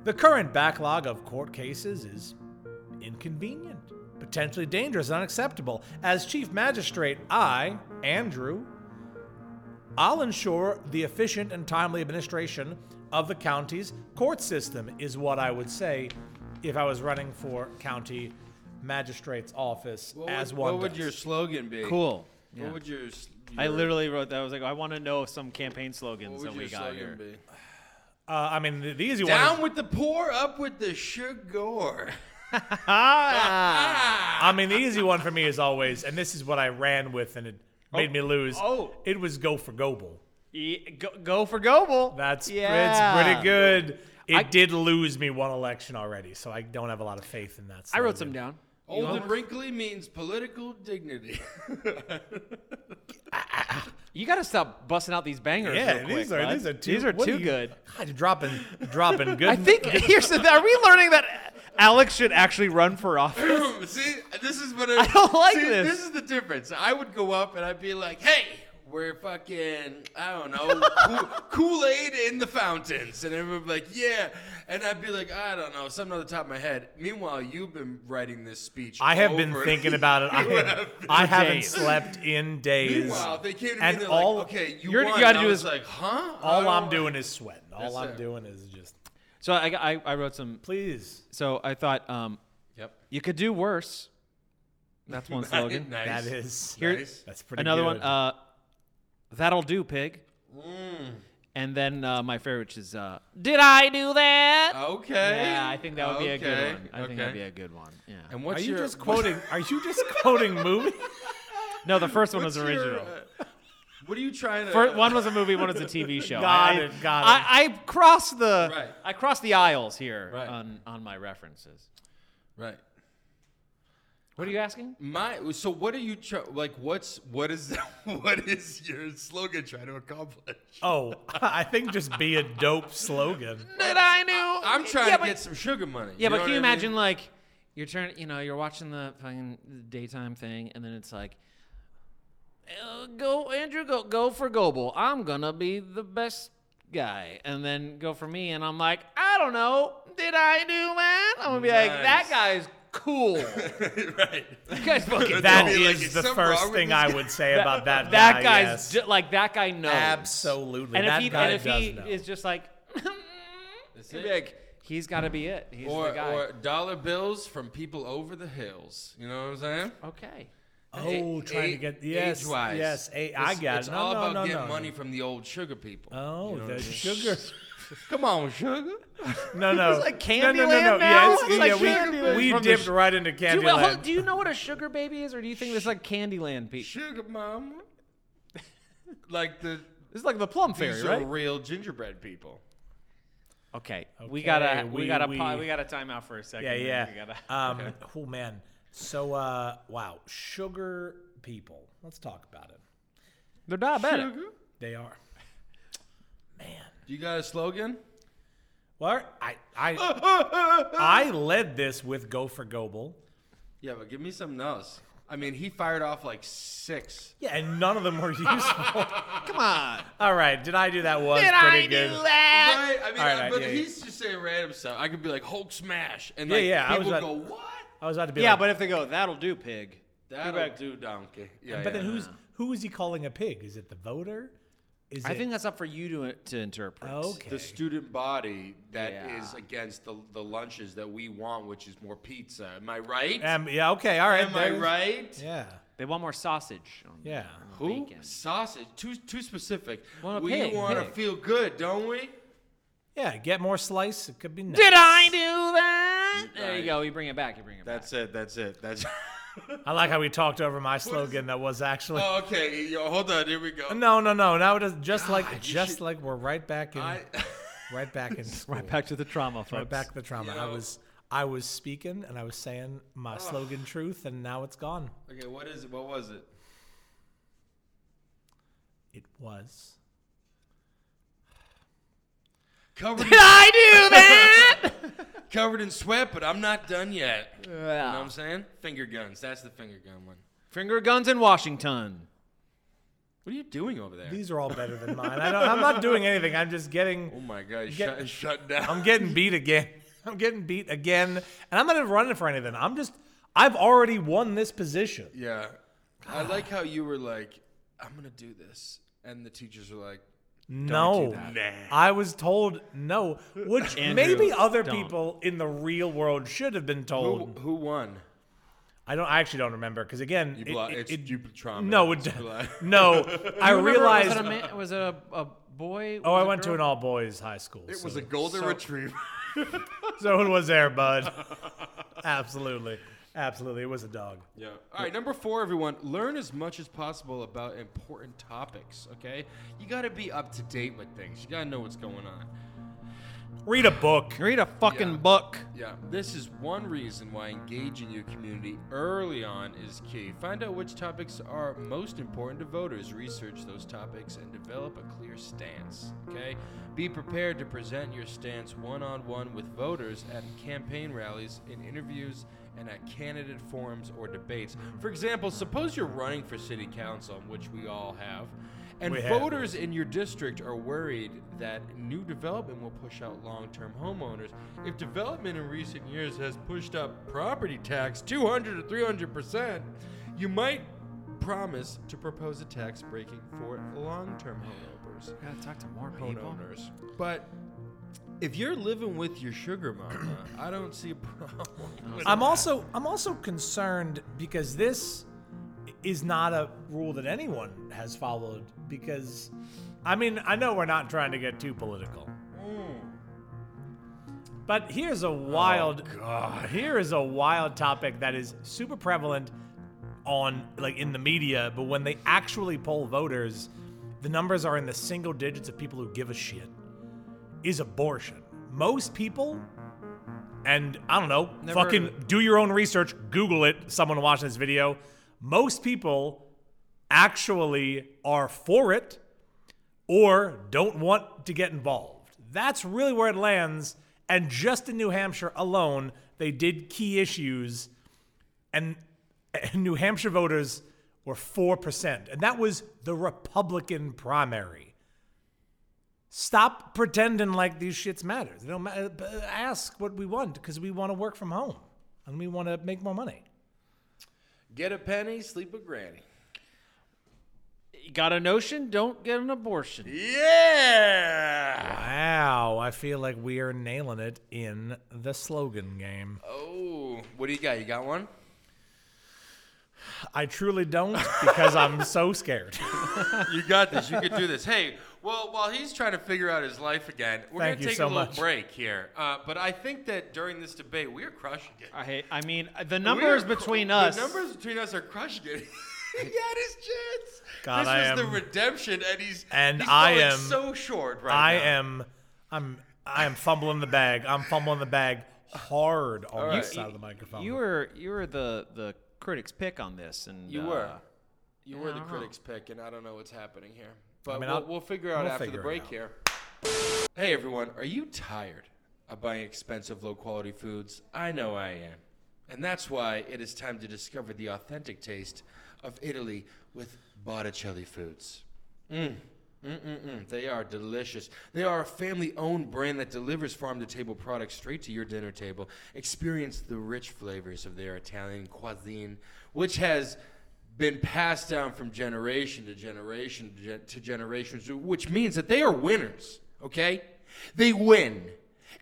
Speaker 2: The current backlog of court cases is inconvenient, potentially dangerous, and unacceptable. As chief magistrate, I, Andrew, I'll ensure the efficient and timely administration of the county's court system, is what I would say if I was running for county magistrate's office
Speaker 1: What
Speaker 2: as
Speaker 1: would,
Speaker 2: one
Speaker 1: what would
Speaker 2: does.
Speaker 1: your slogan be?
Speaker 3: Cool.
Speaker 1: What would your, s- your
Speaker 3: I literally wrote that. I was like, I want to know some campaign
Speaker 1: what
Speaker 3: slogans
Speaker 1: would
Speaker 3: that
Speaker 1: your
Speaker 3: we got
Speaker 1: slogan
Speaker 3: here.
Speaker 1: be?
Speaker 2: uh, I mean, the, the easy one.
Speaker 1: Down
Speaker 2: Is,
Speaker 1: with the poor, up with the sugar.
Speaker 3: Ah.
Speaker 1: Ah.
Speaker 2: I mean, the easy one for me is always, and this is what I ran with, and it made me lose.
Speaker 3: oh.
Speaker 2: it was go for Goble.
Speaker 3: E- go, go for Goble.
Speaker 2: That's
Speaker 3: yeah.
Speaker 2: it's pretty good. It
Speaker 3: I-
Speaker 2: did lose me one election already, so I don't have a lot of faith in that.
Speaker 4: I wrote some
Speaker 2: slogan.
Speaker 4: down.
Speaker 1: Old and wrinkly means political dignity.
Speaker 4: You got to stop busting out these bangers.
Speaker 2: Yeah,
Speaker 4: real quick,
Speaker 2: these are
Speaker 4: bud.
Speaker 2: these are too.
Speaker 3: These are
Speaker 2: what
Speaker 3: too
Speaker 2: you-
Speaker 3: good.
Speaker 2: God, you're dropping dropping good.
Speaker 4: I think here's the. Are we learning that Alex should actually run for office?
Speaker 1: See, this is what I, I
Speaker 4: don't like
Speaker 1: see,
Speaker 4: this.
Speaker 1: This is the difference. I would go up and I'd be like, "Hey, we're fucking, I don't know, Kool Aid in the fountains," and everyone would be like, "Yeah," and I'd be like, "I don't know, something off the top of my head." Meanwhile, you've been writing this speech.
Speaker 2: I have been
Speaker 1: over-
Speaker 2: thinking about it. I, have, I haven't
Speaker 3: days.
Speaker 2: slept in days.
Speaker 1: Meanwhile, they came to me
Speaker 2: And
Speaker 1: and they're
Speaker 2: all-
Speaker 1: like, "Okay, you
Speaker 4: you're- you
Speaker 1: won."
Speaker 4: gotta
Speaker 1: And I
Speaker 4: do
Speaker 1: was
Speaker 4: is-
Speaker 1: like, "Huh?" Oh.
Speaker 2: All
Speaker 1: I
Speaker 2: I'm doing is sweating. All
Speaker 1: Yes,
Speaker 2: I'm
Speaker 1: sir.
Speaker 2: doing is just
Speaker 3: So I, I, I wrote some.
Speaker 2: please.
Speaker 3: So I thought um,
Speaker 1: Yep.
Speaker 3: you could do worse. That's one slogan.
Speaker 1: Nice.
Speaker 2: That is
Speaker 3: Here-
Speaker 1: nice.
Speaker 2: that's pretty.
Speaker 3: Another
Speaker 2: good.
Speaker 3: one. Uh, that'll do, pig.
Speaker 1: Mm.
Speaker 3: And then uh, my favorite, which is uh, did I do that?
Speaker 1: Okay.
Speaker 3: Yeah, I think that would be a
Speaker 1: Okay,
Speaker 3: good one. I think that'd be
Speaker 1: okay.
Speaker 3: a good one. Yeah.
Speaker 1: And
Speaker 2: are
Speaker 1: what's
Speaker 2: you
Speaker 1: your,
Speaker 2: just quoting? Are you just quoting movies?
Speaker 3: No, the first one
Speaker 1: what's
Speaker 3: was
Speaker 1: your,
Speaker 3: original.
Speaker 1: uh, what are you trying to?
Speaker 3: Fir- one was a movie, one was a TV show.
Speaker 2: Got
Speaker 3: I,
Speaker 2: it, got it.
Speaker 3: I, I crossed the
Speaker 1: Right.
Speaker 3: I crossed the aisles here
Speaker 1: Right.
Speaker 3: on, on my references.
Speaker 1: right.
Speaker 3: What are you asking?
Speaker 1: My so what are you try, like? What's what is what is your slogan trying to accomplish?
Speaker 2: Oh, I think just be a dope slogan.
Speaker 3: That I knew.
Speaker 1: I'm trying
Speaker 3: yeah,
Speaker 1: to
Speaker 3: but,
Speaker 1: get some sugar money.
Speaker 3: Yeah, but
Speaker 1: know
Speaker 3: can you
Speaker 1: what I mean?
Speaker 3: imagine like you're turning, you know, you're watching the fucking daytime thing, and then it's like. "Uh, Go Andrew, go go for Goble. I'm gonna be the best guy, and then go for me. And I'm like, I don't know, did I do that? I'm gonna be like, that
Speaker 1: Nice.
Speaker 3: guy's cool.
Speaker 1: right?
Speaker 3: that guy's fucking
Speaker 2: That
Speaker 3: cool.
Speaker 2: is
Speaker 1: be like, "Is
Speaker 2: the
Speaker 1: something wrong
Speaker 2: first
Speaker 1: with
Speaker 2: thing
Speaker 1: this
Speaker 2: I
Speaker 1: guy?"
Speaker 2: would say about that.
Speaker 3: that
Speaker 2: guy,
Speaker 3: guy's
Speaker 2: yes.
Speaker 3: ju- like that guy
Speaker 1: Oh,
Speaker 3: knows
Speaker 2: absolutely.
Speaker 3: And
Speaker 2: that
Speaker 3: if he
Speaker 2: guy
Speaker 3: and if
Speaker 2: does
Speaker 3: he
Speaker 2: know.
Speaker 3: is just like, he'd be like, he's got to be it. He's the
Speaker 1: Or
Speaker 3: guy.
Speaker 1: or dollar bills from people over the hills. You know what I'm saying?
Speaker 3: okay.
Speaker 2: Oh,
Speaker 3: eh,
Speaker 1: A-
Speaker 2: trying
Speaker 1: a-
Speaker 2: to get yes,
Speaker 1: age-wise.
Speaker 2: yes. A, I
Speaker 1: It's-
Speaker 2: got
Speaker 1: It's
Speaker 2: it. No,
Speaker 1: all
Speaker 2: no,
Speaker 1: about
Speaker 2: no,
Speaker 1: getting
Speaker 2: no.
Speaker 1: money from the old sugar people.
Speaker 2: Oh,
Speaker 1: You know what I
Speaker 2: the
Speaker 1: mean?
Speaker 2: sugar.
Speaker 1: Come on, sugar.
Speaker 2: No, no.
Speaker 3: It's like
Speaker 2: no, no, no, no.
Speaker 3: Candyland
Speaker 2: Yeah,
Speaker 3: now?
Speaker 2: it's,
Speaker 3: It's
Speaker 2: yeah,
Speaker 3: like Candyland.
Speaker 2: we, we
Speaker 3: From the
Speaker 2: dipped
Speaker 3: sh-
Speaker 2: right into
Speaker 3: Do you, well, hold-
Speaker 2: Candyland.
Speaker 3: do you know what a sugar baby is, or do you think this is like Candyland? Pe-
Speaker 1: Sugar mama. like the
Speaker 3: this is like the Plum
Speaker 1: these
Speaker 3: Fairy,
Speaker 1: are
Speaker 3: right?
Speaker 1: real gingerbread people.
Speaker 3: Okay. we gotta
Speaker 2: Okay,
Speaker 3: we,
Speaker 2: we-
Speaker 3: gotta
Speaker 2: we-
Speaker 3: pa- we gotta time out for a second.
Speaker 2: yeah,
Speaker 3: We
Speaker 2: yeah.
Speaker 3: gotta-
Speaker 2: Um, Oh man. So, uh, wow, sugar people. Let's talk about it.
Speaker 3: They're diabetic.
Speaker 2: They are.
Speaker 1: You got a slogan?
Speaker 2: Well, I, I, I led this with go for Goble.
Speaker 1: Yeah, but give me something else. I mean, he fired off like six.
Speaker 2: Yeah, and none of them were useful.
Speaker 3: Come on.
Speaker 2: All right, did I do that? Was
Speaker 3: Did
Speaker 2: pretty
Speaker 3: I
Speaker 2: good.
Speaker 3: do that?
Speaker 1: Right? I mean,
Speaker 2: All right,
Speaker 1: but
Speaker 2: yeah,
Speaker 1: he's just saying random stuff. I could be like Hulk smash, and
Speaker 2: Yeah,
Speaker 1: like
Speaker 2: yeah, I was
Speaker 1: people
Speaker 2: like-
Speaker 1: go, "What?
Speaker 2: I was about to be
Speaker 3: Yeah,
Speaker 2: like,
Speaker 3: but if they go, that'll do, pig.
Speaker 1: That'll do, donkey." Yeah,
Speaker 2: But
Speaker 1: yeah.
Speaker 2: then who's who is he calling a pig? Is it the voter? Is
Speaker 3: I
Speaker 2: it,
Speaker 3: think that's up for you to uh, to interpret.
Speaker 2: okay?
Speaker 1: the student body that is
Speaker 3: Yeah.
Speaker 1: against the the lunches that we want, which is more pizza? Am I right?
Speaker 2: Um, yeah. Okay. All right.
Speaker 1: Am I
Speaker 2: there's-
Speaker 1: right?
Speaker 2: Yeah.
Speaker 3: They want more sausage. On the-
Speaker 2: Yeah.
Speaker 3: on the
Speaker 1: Who
Speaker 3: bacon.
Speaker 1: sausage? Too too specific.
Speaker 3: Well, a
Speaker 1: we
Speaker 3: pig,
Speaker 1: want to
Speaker 3: pig.
Speaker 1: feel good, don't we?
Speaker 2: Yeah. Get more slice. It could be. Nice.
Speaker 3: Did I do that? There
Speaker 1: Right.
Speaker 3: you go. You bring it back. You bring it back.
Speaker 1: That's it. That's it. That's.
Speaker 2: I like how we talked over my slogan that was actually.
Speaker 1: oh, okay, yo, hold on. Here we go.
Speaker 2: no, no, no. Now it is just like
Speaker 1: God, you
Speaker 2: just
Speaker 1: should-
Speaker 2: like we're right back in
Speaker 1: I,
Speaker 2: right back in school,
Speaker 3: Back to the trauma, folks.
Speaker 2: right back to the trauma. I
Speaker 1: Yo.
Speaker 2: was I was speaking and I was saying my slogan truth and now it's gone.
Speaker 1: okay, what is it? What was it?
Speaker 2: It was.
Speaker 1: Covered
Speaker 3: Did I do that?
Speaker 1: covered in sweat, but I'm not done yet. You know what I'm saying? Finger guns. That's the finger gun one.
Speaker 3: Finger guns in Washington.
Speaker 1: What are you doing over there?
Speaker 2: These are all better than mine. I don't, I'm not doing anything. I'm just getting.
Speaker 1: oh my god!
Speaker 2: Get-
Speaker 1: shut, shut down.
Speaker 2: I'm getting beat again. I'm getting beat again, and I'm not even running for anything. I'm just. I've already won this position.
Speaker 1: yeah. I like how you were like, "I'm gonna do this," and the teachers were like,
Speaker 2: no, I was told no, which maybe other people in the real world should have been
Speaker 1: Who,
Speaker 2: told.
Speaker 1: who won?
Speaker 2: I don't. I actually don't remember because again,
Speaker 1: You
Speaker 2: it-
Speaker 1: blo-
Speaker 2: it-
Speaker 1: it's
Speaker 2: it-
Speaker 1: you trauma.
Speaker 2: no,
Speaker 1: It's
Speaker 2: it,
Speaker 1: blo-
Speaker 2: no. I realized.
Speaker 5: Was it a, man, was it a, a boy?
Speaker 2: oh,
Speaker 5: Was
Speaker 2: I
Speaker 5: it
Speaker 2: went to
Speaker 5: girl?
Speaker 2: an all boys high school.
Speaker 1: It
Speaker 2: so-
Speaker 1: was a golden retriever.
Speaker 2: so it was there, bud. Absolutely, absolutely, it was a dog.
Speaker 1: Yeah. All right, number four, everyone. Learn as much as possible about important topics. Okay, you got to be up to date with things. You got to know what's going on.
Speaker 2: Read a book.
Speaker 5: Read a fucking book.
Speaker 1: Yeah. This is one reason why engaging your community early on is key. Find out which topics are most important to voters, research those topics, and develop a clear stance. Okay? Be prepared to present your stance one on one with voters at campaign rallies, in interviews, and at candidate forums or debates. For example, suppose you're running for city council, which we all have, and
Speaker 2: We have.
Speaker 1: voters. Voters in your district are worried that new development will push out long term homeowners. If development in recent years has pushed up property tax 200 to 300%, you might promise to propose a tax breaking for long term homeowners.
Speaker 5: Gotta talk to more people.
Speaker 1: Homeowners. But if you're living with your sugar mama, I don't see a problem.
Speaker 2: I'm also I'm also concerned because this is not a rule that anyone has followed because I mean, I know we're not trying to get too political.
Speaker 1: Mm.
Speaker 2: But here's a wild
Speaker 1: Oh,
Speaker 2: here is a wild topic that is super prevalent on like in the media, but when they actually poll voters, the numbers are in the single digits of people who give a shit. Is abortion. Most people and I don't know,
Speaker 5: Never heard of
Speaker 2: fucking do your own research, Google it, someone watching this video. Most people actually are for it or don't want to get involved. That's really where it lands. And just in New Hampshire alone, they did key issues, and, and New Hampshire voters were 4%. And that was the Republican primary. Stop pretending like these shits matter. They don't matter. Ask what we want because we want to work from home and we want to make more money.
Speaker 1: Get a penny, sleep a granny.
Speaker 5: You got a notion? Don't get an abortion.
Speaker 1: Yeah!
Speaker 2: Wow, I feel like we are nailing it in the slogan game.
Speaker 1: Oh, what do you got? You got one?
Speaker 2: I truly don't because I'm so scared.
Speaker 1: You got this. You can do this. Hey, well, while he's trying to figure out his life again, we're going
Speaker 2: Thank
Speaker 1: to
Speaker 2: you
Speaker 1: take
Speaker 2: so
Speaker 1: a little
Speaker 2: much.
Speaker 1: break here. Uh, but I think that during this debate, we are crushing it.
Speaker 5: I hate. I mean, the
Speaker 1: We
Speaker 5: numbers
Speaker 1: are cru-
Speaker 5: between us.
Speaker 1: The numbers between us are crushing it. he had his chance.
Speaker 2: God,
Speaker 1: this
Speaker 2: I
Speaker 1: was the
Speaker 2: am-
Speaker 1: redemption, and he's
Speaker 2: and
Speaker 1: he's
Speaker 2: I
Speaker 1: falling
Speaker 2: am-
Speaker 1: so short right
Speaker 2: I
Speaker 1: now.
Speaker 2: am, I'm, I am fumbling the bag. I'm fumbling the bag hard on this side of the microphone.
Speaker 5: You were you were the the critics pick on this, and
Speaker 1: You
Speaker 5: uh,
Speaker 1: were. You were the
Speaker 5: I don't know.
Speaker 1: critics' pick, and I don't know what's happening here. But
Speaker 2: mean,
Speaker 1: we'll,
Speaker 2: I'll-
Speaker 1: we'll figure out
Speaker 2: we'll
Speaker 1: after
Speaker 2: figure
Speaker 1: the
Speaker 2: it
Speaker 1: break
Speaker 2: out.
Speaker 1: here. Hey, everyone, are you tired of buying expensive, low quality foods? I know I am. And that's why it is time to discover the authentic taste of Italy with Botticelli Foods. Mm-mm-mm. Mm, They are delicious. They are a family owned brand that delivers farm to table products straight to your dinner table. Experience the rich flavors of their Italian cuisine, which has been passed down from generation to generation to, gen- to generations, which means that they are winners, okay? They win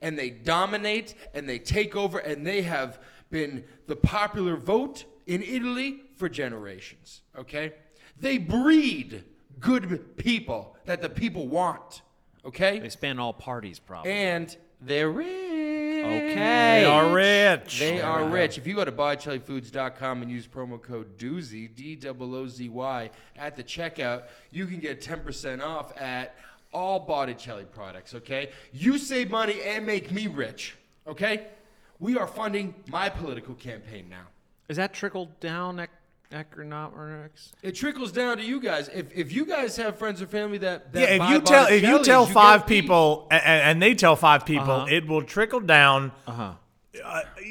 Speaker 1: and they dominate and they take over and they have been the popular vote in Italy for generations, okay? They breed good people that the people want.
Speaker 5: They
Speaker 1: Okay?
Speaker 5: span all parties, probably.
Speaker 1: And they're rich.
Speaker 5: Okay.
Speaker 2: they are rich.
Speaker 1: They are rich. If you go to botticelli.foods.com and use promo code DOOZY, D O O Z Y, at the checkout, you can get 10% off at all Botticelli products, okay? You save money and make me rich, okay? We are funding my political campaign now.
Speaker 5: Is that trickled down ec- economics?
Speaker 1: It trickles down to you guys. If, if you guys have friends or family that, that
Speaker 2: Yeah, if
Speaker 1: buy
Speaker 2: you tell if you
Speaker 1: Botticellis,
Speaker 2: tell
Speaker 1: get Uh-huh. a
Speaker 2: five
Speaker 1: piece.
Speaker 2: people and, and they tell five people, it will trickle down. Uh-huh.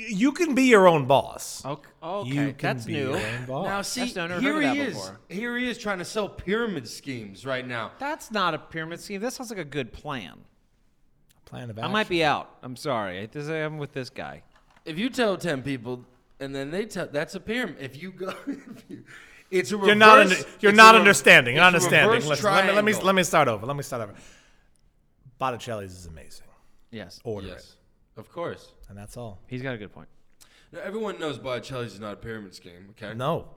Speaker 2: you can be your own boss.
Speaker 1: Oh.
Speaker 5: Okay, okay.
Speaker 2: You can
Speaker 5: that's
Speaker 2: be
Speaker 5: new.
Speaker 2: your own boss.
Speaker 1: Now see,
Speaker 5: I've never
Speaker 1: here
Speaker 5: heard of
Speaker 1: he
Speaker 5: that
Speaker 1: is.
Speaker 5: before.
Speaker 1: Here he is trying to sell pyramid schemes right now.
Speaker 5: That's not a pyramid scheme. That sounds like a good plan.
Speaker 2: Plan of
Speaker 5: I might be out. I'm sorry. I- This, I'm with this guy.
Speaker 1: If you tell ten people, and then they tell, that's a pyramid. If you go, if you, It's a reverse.
Speaker 2: You're not. Under, you're
Speaker 1: it's
Speaker 2: not
Speaker 1: a re-
Speaker 2: understanding. You're not
Speaker 1: it's a
Speaker 2: understanding.
Speaker 1: reverse
Speaker 2: Listen, let me, let me
Speaker 1: triangle.
Speaker 2: let me start over. Let me start over. Botticelli's is amazing.
Speaker 3: Yes.
Speaker 2: Order
Speaker 1: Yes, of course.
Speaker 2: it, and that's all.
Speaker 3: He's got a good point.
Speaker 1: Now, everyone knows Botticelli's is not a pyramid scheme, okay?
Speaker 2: No,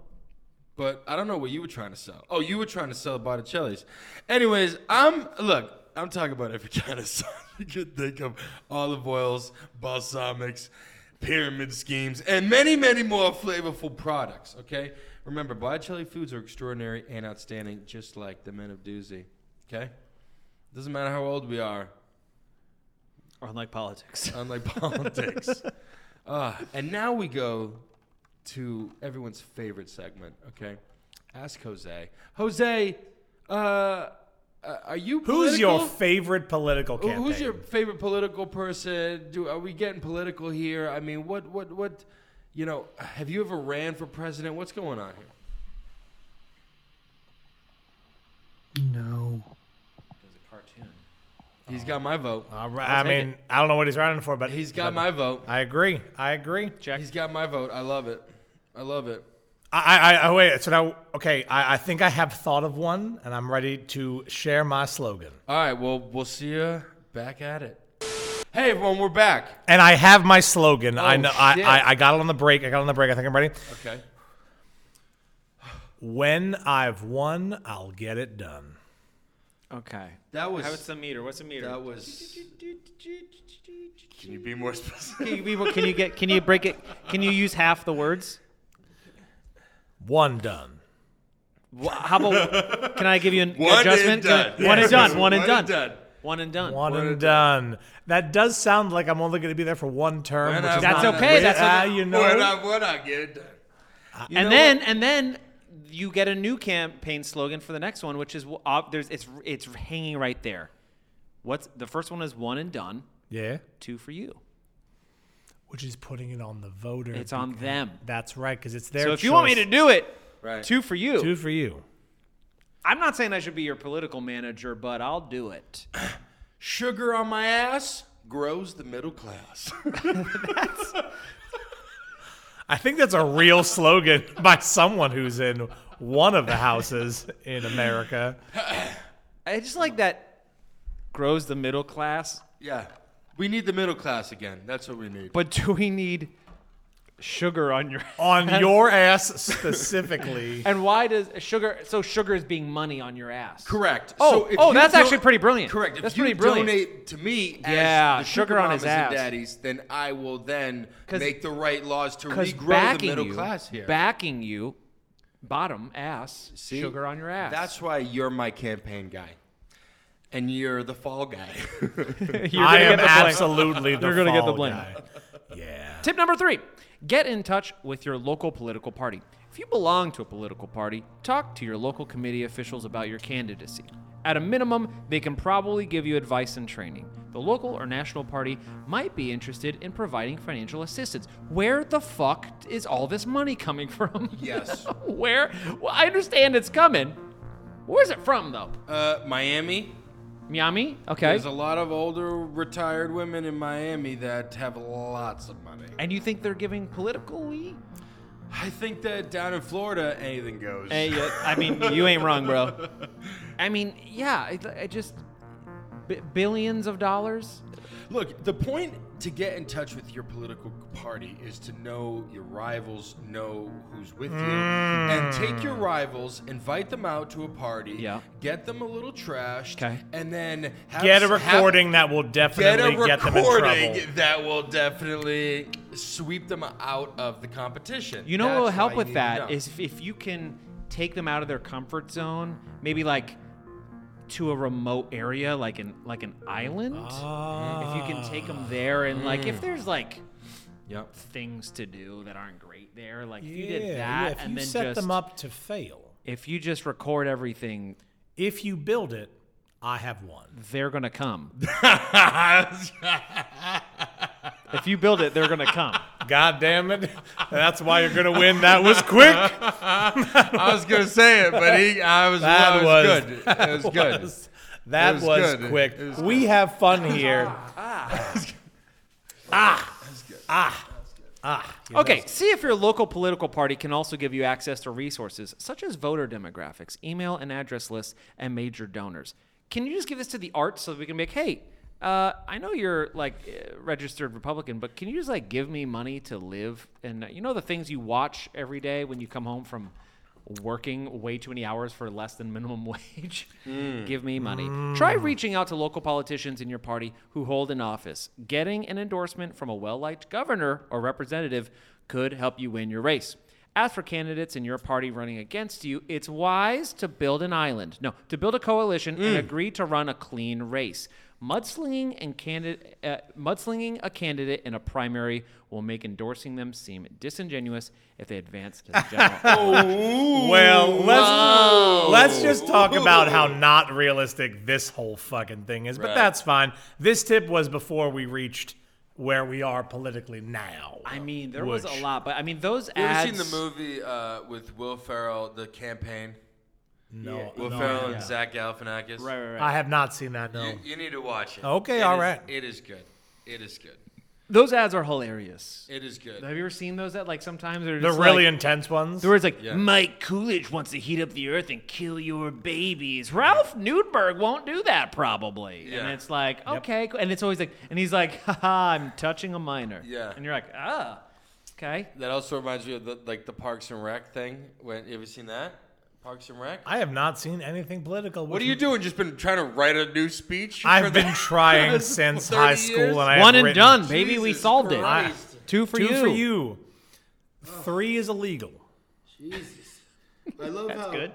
Speaker 1: But I don't know what you were trying to sell. Oh, you were trying to sell Botticelli's. Anyways, I'm look. I'm talking about every kind of song you could think of: olive oils, balsamics, pyramid schemes, and many, many more flavorful products. Okay. Remember, Botticelli foods are extraordinary and outstanding, just like the men of Doozy. Okay. Doesn't matter how old we are,
Speaker 3: Or unlike politics.
Speaker 1: unlike politics. Uh, and now we go to everyone's favorite segment. Okay, ask Jose. Jose, uh, uh, are you
Speaker 2: who's your
Speaker 1: political?
Speaker 2: favorite political
Speaker 1: Who-
Speaker 2: campaign?
Speaker 1: Who's your favorite political person? Do are we getting political here? I mean, what, what, what? You know, have you ever ran for president? What's going on here?
Speaker 6: No.
Speaker 1: He's got my vote.
Speaker 2: All right. I mean, I don't know what he's running for, but
Speaker 1: He's got
Speaker 2: but
Speaker 1: my vote.
Speaker 2: I agree. I agree.
Speaker 1: He's got my vote. I love it. I love it.
Speaker 2: I, I, I wait. So now, okay. I, I think I have thought of one, and I'm ready to share my slogan.
Speaker 1: All right. Well, we'll see you back at it. Hey, everyone, we're back.
Speaker 2: And I have my slogan. I
Speaker 1: Oh,
Speaker 2: know. I,
Speaker 1: shit.
Speaker 2: I, I got it on the break. I got it on the break. I think I'm ready.
Speaker 1: Okay.
Speaker 2: When I've won, I'll get it done.
Speaker 3: Okay.
Speaker 1: That was.
Speaker 3: What's the meter? What's the meter?
Speaker 1: that was. Can you be more specific?
Speaker 3: Can you, be- can you get? Can you break it? Can you use half the words?
Speaker 2: One done.
Speaker 3: Wha- How about? Can I give you an
Speaker 1: One and
Speaker 3: adjustment?
Speaker 1: done.
Speaker 3: Can I- One and
Speaker 1: Yes.
Speaker 3: done. One
Speaker 1: One
Speaker 3: and
Speaker 1: and
Speaker 3: done.
Speaker 1: done.
Speaker 3: One and done.
Speaker 2: One and done. That does sound like I'm only going to be there for one term.
Speaker 1: When
Speaker 2: which
Speaker 1: I've
Speaker 2: is
Speaker 3: That's
Speaker 2: not
Speaker 3: okay,
Speaker 2: great.
Speaker 3: that's
Speaker 2: Ah,
Speaker 3: okay.
Speaker 2: you know.
Speaker 1: What I, what I get it done. You
Speaker 3: and
Speaker 1: know
Speaker 3: then
Speaker 1: what?
Speaker 3: and then you get a new campaign slogan for the next one, which is w- ob- there's it's it's hanging right there. What's the first one is one and done,
Speaker 2: yeah.
Speaker 3: two for you.
Speaker 2: Which is putting it on the voter.
Speaker 3: It's on them.
Speaker 2: That's right, because it's their.
Speaker 3: So if you want me
Speaker 2: choice.
Speaker 3: to do it,
Speaker 1: Right.
Speaker 3: two for you.
Speaker 2: two for you,
Speaker 3: I'm not saying I should be your political manager, but I'll do it.
Speaker 1: sugar on my ass grows the middle class.
Speaker 2: I think that's a real slogan by someone who's in one of the houses in America.
Speaker 3: I just like that grows the middle class,
Speaker 1: yeah. We need the middle class again. That's what we need.
Speaker 3: but do we need sugar on your
Speaker 2: On your ass specifically.
Speaker 3: And why does sugar so sugar is being money on your ass?
Speaker 1: Correct.
Speaker 3: Oh,
Speaker 1: if
Speaker 3: oh,
Speaker 1: you
Speaker 3: that's
Speaker 1: don-
Speaker 3: actually pretty brilliant.
Speaker 1: Correct. If
Speaker 3: That's
Speaker 1: you
Speaker 3: pretty brilliant.
Speaker 1: donate to me as
Speaker 3: Yeah,
Speaker 1: the
Speaker 3: sugar
Speaker 1: sugar
Speaker 3: on his
Speaker 1: mamas and
Speaker 3: ass.
Speaker 1: daddies, then I will then
Speaker 3: 'Cause-
Speaker 1: make the right laws to
Speaker 3: Because
Speaker 1: regrow the
Speaker 3: backing
Speaker 1: middle
Speaker 3: you,
Speaker 1: class here.
Speaker 3: backing you, bottom ass,
Speaker 1: See?
Speaker 3: sugar on your ass.
Speaker 1: That's why you're my campaign guy. And you're the fall guy.
Speaker 3: you're
Speaker 2: I am
Speaker 3: get the blame.
Speaker 2: absolutely the
Speaker 3: You're gonna get the
Speaker 2: fall
Speaker 3: blame.
Speaker 2: guy. Yeah.
Speaker 3: Tip number three: get in touch with your local political party. If you belong to a political party, talk to your local committee officials about your candidacy. At a minimum, they can probably give you advice and training. The local or national party might be interested in providing financial assistance. Where the fuck is all this money coming from?
Speaker 1: yes.
Speaker 3: Where? Well, I understand it's coming. Where's it from, though?
Speaker 1: Uh, Miami.
Speaker 3: Miami? Okay.
Speaker 1: There's a lot of older retired women in Miami that have lots of money.
Speaker 3: and you think they're giving politically?
Speaker 1: I think that down in Florida, anything goes.
Speaker 3: Hey, yeah, I mean, you ain't wrong, bro. I mean, yeah, I, I just b- billions of dollars.
Speaker 1: Look, the point to get in touch with your political party is to know your rivals, know who's with you, and take your rivals, invite them out to a party,
Speaker 3: Yeah.
Speaker 1: get them a little trashed,
Speaker 3: 'Kay.
Speaker 1: and then have,
Speaker 2: Get a
Speaker 1: have-
Speaker 2: recording that will
Speaker 1: get
Speaker 2: definitely
Speaker 1: a
Speaker 2: get, them in trouble.
Speaker 1: recording that will definitely sweep them out of the competition.
Speaker 3: You know what
Speaker 1: That's
Speaker 3: will help
Speaker 1: why
Speaker 3: with
Speaker 1: you need to
Speaker 3: that
Speaker 1: know.
Speaker 3: is if, if you can take them out of their comfort zone, maybe like to a remote area, like an like an island. If you can take them there and like
Speaker 2: Ah.
Speaker 3: if there's like
Speaker 1: Yep.
Speaker 3: things to do that aren't great there, like if
Speaker 2: Yeah,
Speaker 3: you did
Speaker 2: yeah,
Speaker 3: that
Speaker 2: if
Speaker 3: and
Speaker 2: you
Speaker 3: then
Speaker 2: set
Speaker 3: just
Speaker 2: them up to fail,
Speaker 3: if you just record everything,
Speaker 2: if you build it, I have won.
Speaker 3: they're gonna come. if you build it, they're gonna come.
Speaker 2: God damn it. That's why you're going to win. That was quick.
Speaker 1: I was gonna say it, but he, I was,
Speaker 2: That
Speaker 1: I was,
Speaker 2: was-
Speaker 1: good. It was good.
Speaker 2: was- that
Speaker 1: was
Speaker 2: was,
Speaker 1: good.
Speaker 2: quick.
Speaker 1: It was
Speaker 2: we have fun here. Ah, ah, ah,
Speaker 7: Ah. yeah,
Speaker 3: Okay,
Speaker 7: that's-
Speaker 3: see if your local political party can also give you access to resources such as voter demographics, email and address lists, and major donors. Can you just give this to the arts so that we can make, hey, uh, I know you're like eh, registered Republican, but can you just like give me money to live? And uh, you know the things you watch every day when you come home from working way too many hours for less than minimum wage? give me money. Try reaching out to local politicians in your party who hold an office. Getting an endorsement from a well liked governor or representative could help you win your race. As for candidates in your party running against you, it's wise to build an island. No, to build a coalition and agree to run a clean race. Mudslinging and candidate, uh, mudslinging a candidate in a primary will make endorsing them seem disingenuous if they advance to the general.
Speaker 2: Well, let's let's just talk about how not realistic this whole fucking thing is. But that's fine. This tip was before we reached where we are politically now.
Speaker 3: I mean, there was
Speaker 2: Which-
Speaker 3: a lot, but I mean, those
Speaker 1: You ever
Speaker 3: ads.
Speaker 1: seen the movie uh, with Will Ferrell, The Campaign?
Speaker 2: no,
Speaker 1: Will
Speaker 2: no,
Speaker 1: Ferrell
Speaker 2: yeah.
Speaker 1: and Zach Galifianakis.
Speaker 3: Oh, Right, right, right.
Speaker 2: I have not seen that. No.
Speaker 1: You, you need to watch it.
Speaker 7: Okay,
Speaker 1: It
Speaker 7: all
Speaker 1: is-
Speaker 7: right.
Speaker 1: It is good. It is good.
Speaker 3: Those ads are hilarious.
Speaker 1: It is good.
Speaker 3: Have you ever seen those? That like sometimes they're
Speaker 2: the
Speaker 3: just
Speaker 2: really
Speaker 3: like,
Speaker 2: intense ones.
Speaker 3: there was like Mike Coolidge wants to heat up the earth and kill your babies. Ralph Nudberg won't do that probably.
Speaker 1: Yeah.
Speaker 3: And it's like okay, cool. and it's always like, and he's like, haha, I'm touching a minor.
Speaker 1: Yeah.
Speaker 3: And you're like, ah, okay.
Speaker 1: That also reminds me of the, like the Parks and Rec thing. When you ever seen that? Parks and Rec.
Speaker 2: I have not seen anything political.
Speaker 1: What are you doing? Just been trying to write a new speech. for
Speaker 2: I've
Speaker 1: the-
Speaker 2: been trying since high
Speaker 1: 30
Speaker 2: school,
Speaker 1: years?
Speaker 2: and I have
Speaker 3: One and
Speaker 2: written
Speaker 3: done, baby. we
Speaker 1: Jesus
Speaker 3: solved
Speaker 1: Christ.
Speaker 3: it. Two for
Speaker 2: Two
Speaker 3: you.
Speaker 2: for you. Three is illegal.
Speaker 8: Jesus. I love how
Speaker 3: good.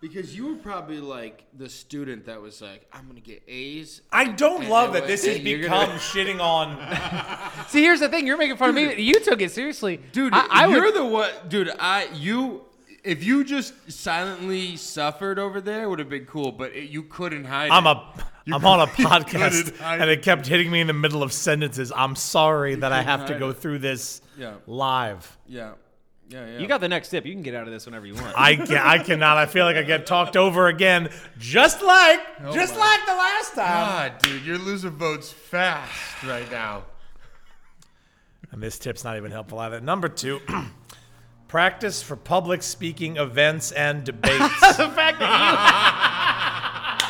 Speaker 8: because you were probably like the student that was like, I'm gonna get A's.
Speaker 2: I don't love
Speaker 8: that
Speaker 2: that
Speaker 8: this has
Speaker 2: this has
Speaker 8: You're
Speaker 2: become
Speaker 8: gonna-
Speaker 2: shitting on
Speaker 3: See, here's the thing. You're making fun of me. You took it seriously,
Speaker 1: Dude,
Speaker 3: I, I
Speaker 1: you're
Speaker 3: would,
Speaker 1: the one. Dude, I you. If you just silently suffered over there, it would have been cool. But it, you couldn't hide.
Speaker 2: I'm
Speaker 1: it.
Speaker 2: a I'm on a
Speaker 1: couldn't
Speaker 2: podcast
Speaker 1: hide
Speaker 2: and it kept hitting me in the middle of sentences. I'm sorry that I have to
Speaker 1: hide
Speaker 2: go through this
Speaker 1: Yeah.
Speaker 2: live.
Speaker 1: Yeah. Yeah, yeah.
Speaker 3: you got the next tip. You can get out of this whenever you want.
Speaker 2: I ca I cannot. I feel like I get talked over again, just like just like the last time.
Speaker 1: Oh God, Ah, dude, you're losing votes fast right now.
Speaker 2: And this tip's not even helpful either. Number two, practice for public speaking events and debates.
Speaker 3: the fact that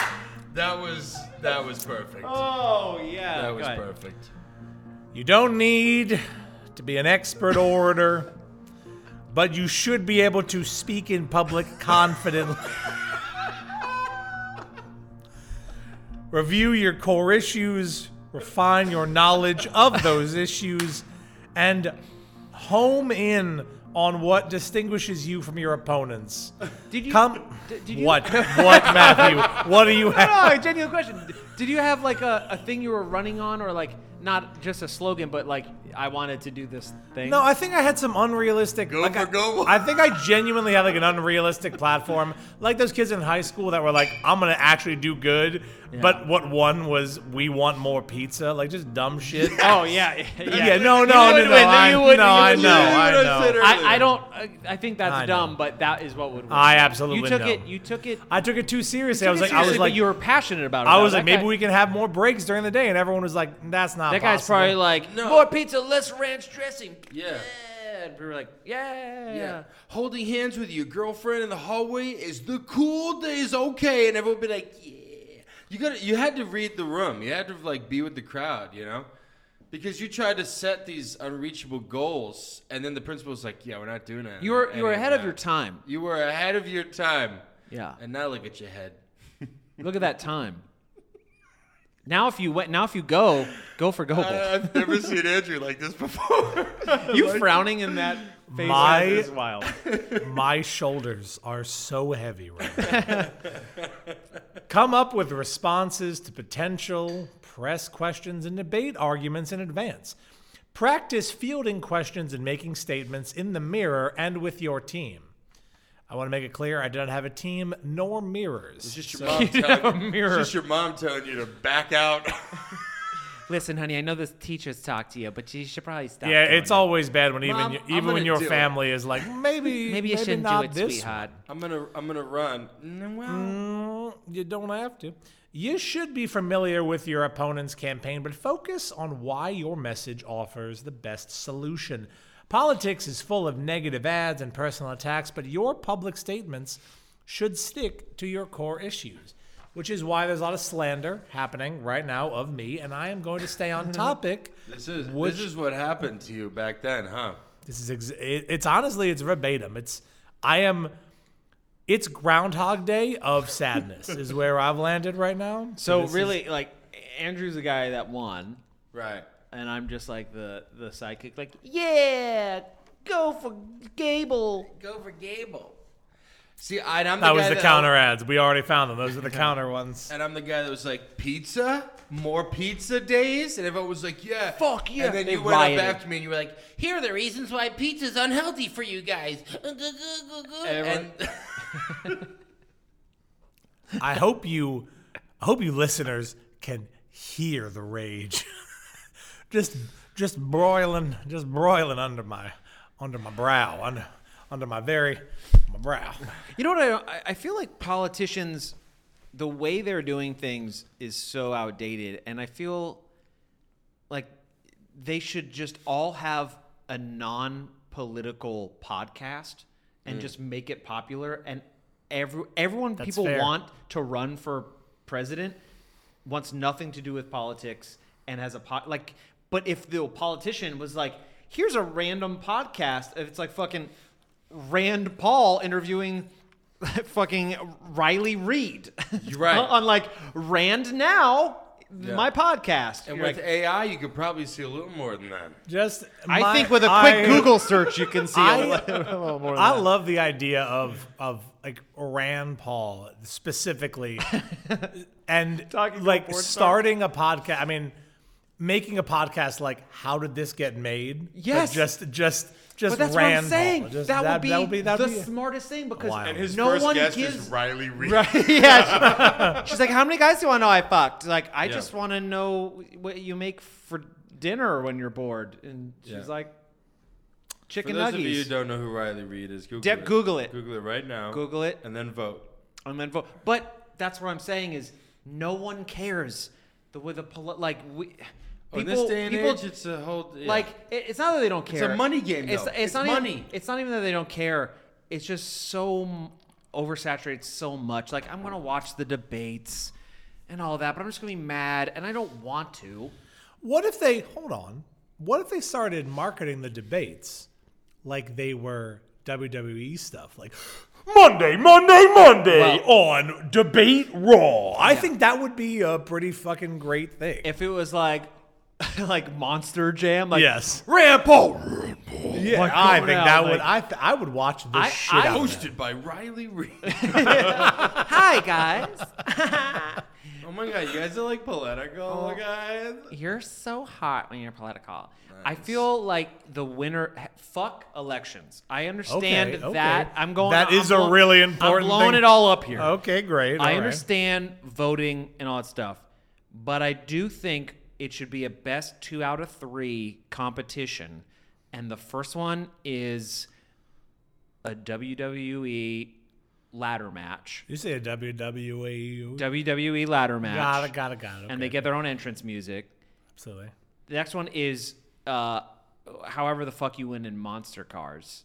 Speaker 3: you
Speaker 1: That was that was perfect.
Speaker 3: Oh yeah.
Speaker 1: that was perfect.
Speaker 2: you don't need to be an expert orator, but you should be able to speak in public confidently. Review your core issues, refine your knowledge of those issues, and home in on what distinguishes you from your opponents.
Speaker 3: Did you
Speaker 2: Come.
Speaker 3: d- did you-
Speaker 2: what? What, Matthew? What do you
Speaker 3: No, no,
Speaker 2: have?
Speaker 3: a genuine question. D- Did you have like a, a thing you were running on, or like not just a slogan, but like I wanted to do this thing?
Speaker 2: No, I think I had some unrealistic.
Speaker 1: Go
Speaker 2: like,
Speaker 1: for
Speaker 2: I,
Speaker 1: go.
Speaker 2: I think I genuinely had like an unrealistic platform, like those kids in high school that were like, "I'm gonna actually do good," but what one was, "We want more pizza," like just dumb shit.
Speaker 3: Oh yeah, yeah.
Speaker 2: Yeah, no, no, no,
Speaker 3: would
Speaker 2: no,
Speaker 3: win,
Speaker 2: I,
Speaker 3: you would-
Speaker 2: no,
Speaker 3: you
Speaker 2: I
Speaker 3: would
Speaker 2: know,
Speaker 3: lose.
Speaker 2: I know.
Speaker 3: I, I don't. I, I think that's
Speaker 2: I know.
Speaker 3: dumb, but that is what would. Win.
Speaker 2: I absolutely
Speaker 3: You took
Speaker 2: know.
Speaker 3: it. You took it.
Speaker 2: I took it too seriously.
Speaker 3: took
Speaker 2: I was
Speaker 3: it
Speaker 2: like, I was
Speaker 3: seriously, but
Speaker 2: like,
Speaker 3: you were passionate about it.
Speaker 2: I
Speaker 3: though.
Speaker 2: was
Speaker 3: That
Speaker 2: like, maybe
Speaker 3: guy-
Speaker 2: we can have more breaks during the day, and everyone was like, "That's not."
Speaker 3: That guy's
Speaker 2: possible.
Speaker 3: probably like,
Speaker 1: No.
Speaker 3: more pizza, less ranch dressing.
Speaker 1: Yeah.
Speaker 3: And we were like, yeah.
Speaker 1: Yeah. Holding hands with your girlfriend in the hallway is the cool days okay and everyone would be like, Yeah. You gotta you had to read the room. You had to like be with the crowd, you know? Because you tried to set these unreachable goals and then the principal was like, Yeah, we're not doing that.
Speaker 3: You were you were ahead of your time.
Speaker 1: You were ahead of your time.
Speaker 3: Yeah.
Speaker 1: And now look at your head.
Speaker 3: Look at that time. Now if you went, now if you go, go for Goble.
Speaker 1: I've never seen Andrew like this before.
Speaker 3: you frowning in that face
Speaker 2: My-
Speaker 3: is wild.
Speaker 2: My shoulders are so heavy right now. Come up with responses to potential press questions and debate arguments in advance. Practice fielding questions and making statements in the mirror and with your team. I want to make it clear I do not have a team nor mirrors.
Speaker 1: It's just your mom telling you,
Speaker 3: mirror.
Speaker 1: it's just your mom telling you to back out.
Speaker 3: listen, honey, I know this teacher's talked to you, but you should probably stop.
Speaker 2: yeah,
Speaker 3: doing
Speaker 2: it's
Speaker 3: it.
Speaker 2: always bad when even
Speaker 9: Mom,
Speaker 2: you-
Speaker 9: I'm
Speaker 2: even when
Speaker 9: gonna
Speaker 2: your
Speaker 9: do it.
Speaker 2: family is like, maybe
Speaker 3: Maybe you shouldn't
Speaker 2: not
Speaker 3: do it,
Speaker 2: this
Speaker 3: sweetheart.
Speaker 1: I'm gonna I'm gonna run. Mm, Well,
Speaker 2: Mm, you don't have to. You should be familiar with your opponent's campaign, but focus on why your message offers the best solution. Politics is full of negative ads and personal attacks, but your public statements should stick to your core issues, which is why there's a lot of slander happening right now of me, and I am going to stay on topic.
Speaker 1: this is
Speaker 2: Which-
Speaker 1: this is what happened to you back then, huh?
Speaker 2: This is ex- it, it's honestly it's verbatim. It's I am it's Groundhog Day of sadness is where I've landed right now.
Speaker 3: So
Speaker 2: this is-
Speaker 3: really, like Andrew's the guy that won,
Speaker 1: Right.
Speaker 3: and I'm just like the the sidekick, like yeah, go for Gable.
Speaker 1: Go for Gable. See, I, I'm the
Speaker 2: that was
Speaker 1: guy
Speaker 2: the counter ads. We already found them. Those are the counter ones.
Speaker 1: And I'm the guy that was like, pizza? More pizza days? And everyone was like, yeah.
Speaker 3: Fuck yeah.
Speaker 1: And then
Speaker 3: They
Speaker 1: you went
Speaker 3: rioted.
Speaker 1: up after me and you were like,
Speaker 10: Here are the reasons why pizza's unhealthy for you guys.
Speaker 1: and
Speaker 2: I hope you, I hope you listeners can hear the rage, just just broiling, just broiling under my under my brow, under under my very my brow.
Speaker 3: You know what? I- I I feel like politicians, the way they're doing things is so outdated, and I feel like they should just all have a non-political podcast and just make it popular, and every everyone people
Speaker 2: fair.
Speaker 3: want to run for president wants nothing to do with politics and has a pot like but if the politician was like here's a random podcast if it's like fucking rand paul interviewing fucking riley reed
Speaker 1: right.
Speaker 3: on like rand now my podcast
Speaker 1: and
Speaker 3: You're
Speaker 1: with
Speaker 3: like,
Speaker 1: AI, you could probably see a little more than that.
Speaker 2: Just
Speaker 3: i
Speaker 2: my-
Speaker 3: think with a quick
Speaker 2: I-
Speaker 3: google search you can see
Speaker 2: I-
Speaker 3: a little more than
Speaker 2: I
Speaker 3: that.
Speaker 2: love the idea of of like Rand Paul specifically, and
Speaker 3: Talking to a
Speaker 2: like
Speaker 3: porn star.
Speaker 2: starting a podcast. I mean, making a podcast like how did this get made? Like,
Speaker 3: Yes.
Speaker 2: just just just
Speaker 3: but that's
Speaker 2: Rand
Speaker 3: what i'm saying
Speaker 2: Paul. Just
Speaker 3: that, would be
Speaker 2: that would be that
Speaker 3: the
Speaker 2: would be-
Speaker 3: smartest thing because
Speaker 2: Wow. And his
Speaker 3: no one gives
Speaker 1: Riley Reed.
Speaker 3: Right. Yeah. she- she's like, how many guys do you want to know I fucked? Like, I just want to know what you make for dinner when you're bored. And she's
Speaker 1: Yeah.
Speaker 3: like,
Speaker 1: For
Speaker 3: chicken
Speaker 1: those of you who
Speaker 3: nuggets.
Speaker 1: don't know who Riley Reed is, Google
Speaker 3: Deb,
Speaker 1: it.
Speaker 3: Google it.
Speaker 1: Google it right now.
Speaker 3: Google it.
Speaker 1: And then vote.
Speaker 3: And then vote. But that's what I'm saying is, no one cares. The way the poli- like we.
Speaker 1: Oh, in
Speaker 3: people-
Speaker 1: this day and
Speaker 3: people-
Speaker 1: age, it's a whole yeah.
Speaker 3: Like it, it's not that they don't care.
Speaker 1: a money game,
Speaker 3: It's,
Speaker 1: though.
Speaker 3: it's,
Speaker 1: It's
Speaker 3: not Even,
Speaker 1: money.
Speaker 3: it's not even that they don't care. It's just so m- oversaturated so much. Like I'm gonna watch the debates and all that, but I'm just gonna be mad, and I don't want to.
Speaker 2: What if they hold on? What if they started marketing the debates like they were WWE stuff, like Monday, Monday, Monday on Debate Raw? I think that would be a pretty fucking great thing.
Speaker 3: If it was like like Monster Jam, like
Speaker 2: yes,
Speaker 3: Rand Paul.
Speaker 2: yeah,
Speaker 3: like,
Speaker 2: I
Speaker 3: going
Speaker 2: think
Speaker 3: out,
Speaker 2: that
Speaker 3: like-
Speaker 2: would. I th- I would watch the
Speaker 3: I-
Speaker 2: shit
Speaker 3: I-
Speaker 2: out of that.
Speaker 1: hosted by Riley Reed.
Speaker 3: Hi guys,
Speaker 1: oh my god, you guys are like
Speaker 3: Oh.
Speaker 1: political guys.
Speaker 3: you're so hot when you're political. I feel like the winner. Fuck elections. I understand
Speaker 2: Okay, okay.
Speaker 3: that. I'm going.
Speaker 2: That
Speaker 3: That is
Speaker 2: is a really important
Speaker 3: I'm blowing
Speaker 2: thing.
Speaker 3: it all up here.
Speaker 2: Okay, great.
Speaker 3: I
Speaker 2: all right.
Speaker 3: understand voting and all that stuff, but I do think it should be a best two out of three competition. And the first one is a WWE ladder match.
Speaker 2: You say a WWE?
Speaker 3: WWE ladder match.
Speaker 2: Got it, got it, got it.
Speaker 3: And they
Speaker 2: okay,
Speaker 3: get their own entrance music.
Speaker 2: absolutely.
Speaker 3: The next one is uh, however the fuck you win in monster cars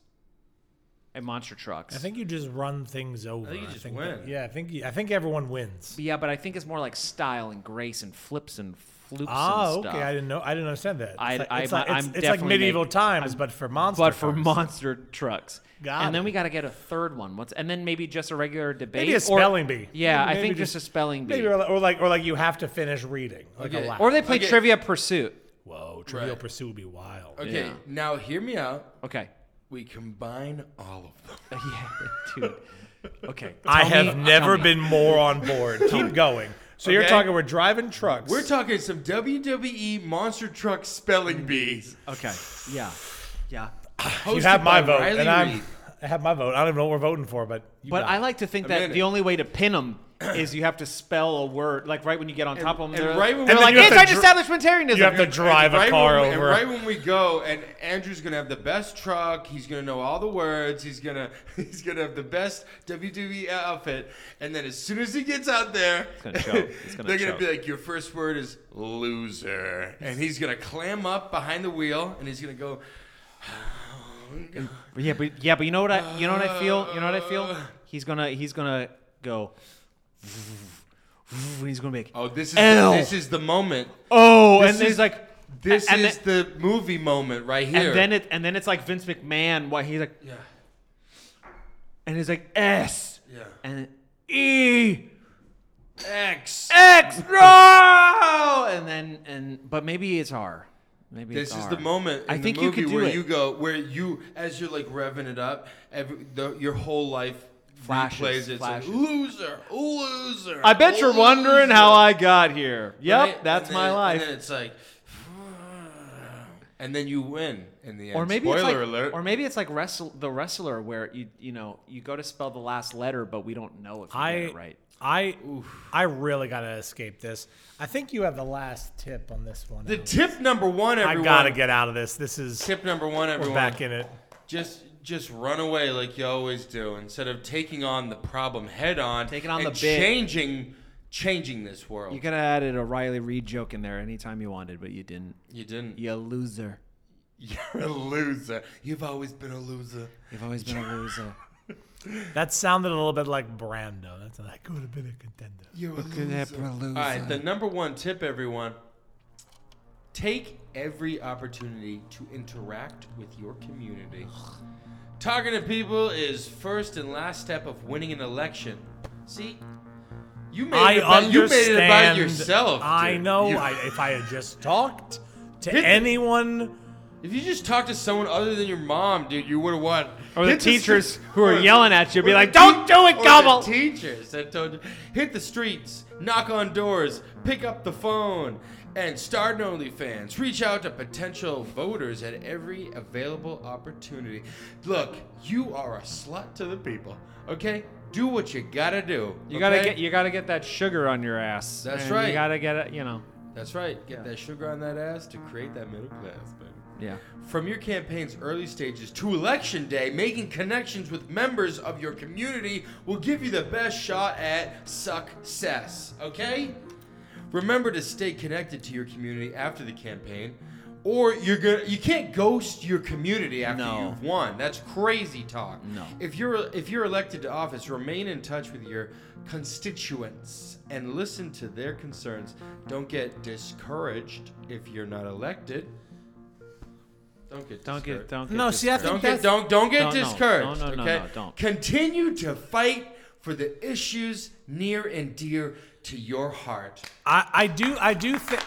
Speaker 3: and monster trucks.
Speaker 2: I think you just run things over. I
Speaker 1: think you just
Speaker 2: that-
Speaker 1: win.
Speaker 2: yeah, I think you, I think everyone wins.
Speaker 3: Yeah, but I think it's more like style and grace and flips and floops
Speaker 2: Ah,
Speaker 3: and
Speaker 2: okay.
Speaker 3: stuff.
Speaker 2: I didn't know. I didn't understand that. It's
Speaker 3: I-
Speaker 2: like,
Speaker 3: I-
Speaker 2: it's like,
Speaker 3: I'm
Speaker 2: it's, it's like
Speaker 3: definitely
Speaker 2: medieval
Speaker 3: make-
Speaker 2: times,
Speaker 3: I'm-
Speaker 2: but for monster.
Speaker 3: but for
Speaker 2: cars.
Speaker 3: monster trucks.
Speaker 2: Got
Speaker 3: and
Speaker 2: it.
Speaker 3: then we got to get a third one. What's and then maybe just a regular debate.
Speaker 2: maybe a
Speaker 3: or-
Speaker 2: spelling bee.
Speaker 3: Yeah,
Speaker 2: Maybe-
Speaker 3: I
Speaker 2: maybe
Speaker 3: think just, a spelling bee.
Speaker 2: Maybe or, li- or like or like you have to finish reading like
Speaker 1: Okay.
Speaker 2: a lot.
Speaker 3: or they play
Speaker 1: Okay.
Speaker 3: Trivia Pursuit.
Speaker 2: Whoa, Trivial
Speaker 1: Right.
Speaker 2: Pursuit would be wild.
Speaker 1: Okay,
Speaker 3: Yeah.
Speaker 1: now hear me out.
Speaker 3: Okay.
Speaker 1: We combine all of them.
Speaker 3: Yeah, dude. Okay.
Speaker 2: I
Speaker 3: tell
Speaker 2: have
Speaker 3: me-
Speaker 2: never
Speaker 3: tell me.
Speaker 2: been more on board. Keep going. So you're
Speaker 1: Okay.
Speaker 2: talking we're driving trucks.
Speaker 1: We're talking some WWE monster truck spelling bees.
Speaker 3: Okay. Yeah. Yeah.
Speaker 2: you have
Speaker 1: hosted by
Speaker 2: my vote,
Speaker 1: Riley
Speaker 2: and I'm,
Speaker 1: Reid.
Speaker 2: I have my vote. I don't even know what we're voting for, but you
Speaker 3: But
Speaker 2: got
Speaker 3: I
Speaker 2: it.
Speaker 3: like to think that
Speaker 1: minute.
Speaker 3: the only way to pin them is you have to spell a word like right when you get on top of them.
Speaker 1: and
Speaker 3: they're,
Speaker 1: right when
Speaker 3: they're
Speaker 1: we-
Speaker 3: like
Speaker 1: And then you have to dr-
Speaker 3: anti-establishmentarianism.
Speaker 2: You have to drive a
Speaker 1: right
Speaker 2: car
Speaker 1: when we-
Speaker 2: over.
Speaker 1: And right when we go, and Andrew's gonna have the best truck. He's gonna know all the words. He's gonna he's gonna have the best WWE outfit. And then as soon as he gets out there,
Speaker 3: gonna choke. He's gonna
Speaker 1: they're gonna be
Speaker 3: choke.
Speaker 1: like, "Your first word is loser," and he's gonna clam up behind the wheel, and he's gonna go.
Speaker 3: Yeah, but yeah, but you know what I you know what I feel? You know what I
Speaker 1: Uh.
Speaker 3: feel? He's gonna he's gonna go and he's gonna be like
Speaker 1: Oh, this is
Speaker 3: L.
Speaker 1: this is the moment.
Speaker 3: Oh
Speaker 1: This
Speaker 3: and then
Speaker 1: is-
Speaker 3: he's like
Speaker 1: This
Speaker 3: and
Speaker 1: is the movie moment right
Speaker 3: then,
Speaker 1: here.
Speaker 3: and then it and then it's like Vince McMahon why he's like
Speaker 1: yeah,
Speaker 3: and he's like S
Speaker 1: yeah.
Speaker 3: and E
Speaker 1: X.
Speaker 3: extra and then and but maybe it's R. Maybe
Speaker 1: This
Speaker 3: it's
Speaker 1: is
Speaker 3: R.
Speaker 1: the moment in
Speaker 3: I think
Speaker 1: the
Speaker 3: you
Speaker 1: movie
Speaker 3: could do
Speaker 1: where
Speaker 3: it.
Speaker 1: you go, where you, as you're like revving it up, every, the, your whole life
Speaker 3: Flashes,
Speaker 1: plays it. It's like,
Speaker 3: flashes.
Speaker 1: loser, loser.
Speaker 3: I bet you're wondering how I got here. Yep,
Speaker 1: Right? And
Speaker 3: that's
Speaker 1: then-
Speaker 3: my
Speaker 1: And
Speaker 3: life.
Speaker 1: then it's like, and then you win in the end.
Speaker 3: or maybe
Speaker 1: spoiler
Speaker 3: it's like,
Speaker 1: alert.
Speaker 3: Or maybe it's like wrestle the wrestler where you you know you go to spell the last letter, but we don't know if you
Speaker 2: I
Speaker 3: get it right.
Speaker 2: I I really gotta escape this. I think you have the last tip on this one.
Speaker 1: the
Speaker 2: Alex.
Speaker 1: tip number one,
Speaker 2: I
Speaker 1: everyone.
Speaker 2: gotta get out of this. This is
Speaker 1: Tip number one,
Speaker 2: we're
Speaker 1: everyone.
Speaker 2: back in it.
Speaker 1: Just, just run away like you always do instead of taking on the problem head on.
Speaker 3: Taking on
Speaker 1: and
Speaker 3: the big-
Speaker 1: changing, changing this world.
Speaker 3: You could have added a Riley Reed joke in there anytime you wanted, but you didn't.
Speaker 1: you didn't.
Speaker 3: You loser.
Speaker 1: You're a loser. You've always been a loser.
Speaker 3: You've always been a loser.
Speaker 2: That sounded a little bit like Brando. That's that could have been a contender.
Speaker 1: You're a loser. All right, the number one tip, everyone take every opportunity to interact with your community. Talking to people is first and last step of winning an election. See? You made,
Speaker 2: I
Speaker 1: it, about,
Speaker 2: understand.
Speaker 1: you made it about yourself.
Speaker 2: I
Speaker 1: dude.
Speaker 2: know.
Speaker 1: You-
Speaker 2: I, if I had just talked to
Speaker 1: Hit the-
Speaker 2: anyone,
Speaker 1: if you just talked to someone other than your mom, dude, you would have won.
Speaker 3: Or the
Speaker 1: Hit st-
Speaker 3: teachers who are
Speaker 1: or-
Speaker 3: yelling at you, be
Speaker 1: or
Speaker 3: like,
Speaker 1: the
Speaker 3: "Don't
Speaker 1: te-
Speaker 3: do it,
Speaker 1: or the
Speaker 3: Gobble."
Speaker 1: teachers that told you hit the streets, knock on doors, pick up the phone, and start an OnlyFans. Reach out to potential voters at every available opportunity. Look, you are a slut to the people. Okay, do what you gotta do.
Speaker 3: You gotta
Speaker 1: okay?
Speaker 3: get you gotta get that sugar on your ass.
Speaker 1: That's
Speaker 3: and
Speaker 1: right.
Speaker 3: You gotta get it. You know.
Speaker 1: That's right. Get that sugar on that ass to create that middle class, baby.
Speaker 3: Yeah.
Speaker 1: From your campaign's early stages to election day, making connections with members of your community will give you the best shot at success, okay? Remember to stay connected to your community after the campaign, or you're gonna you can't ghost your community after
Speaker 3: No.
Speaker 1: you've won. That's crazy talk.
Speaker 3: No.
Speaker 1: If you're if you're elected to office, remain in touch with your constituents and listen to their concerns. Don't get discouraged if you're not elected. Don't get
Speaker 3: Don't get
Speaker 1: discouraged.
Speaker 3: don't get
Speaker 2: No, see, I
Speaker 3: discouraged.
Speaker 1: don't
Speaker 2: think
Speaker 1: get
Speaker 2: that's-
Speaker 1: don't don't get
Speaker 3: Don't- no.
Speaker 1: discouraged.
Speaker 3: No, no, no,
Speaker 1: okay?
Speaker 3: no, don't.
Speaker 1: Continue to fight for the issues near and dear to your heart.
Speaker 2: I, I do I do think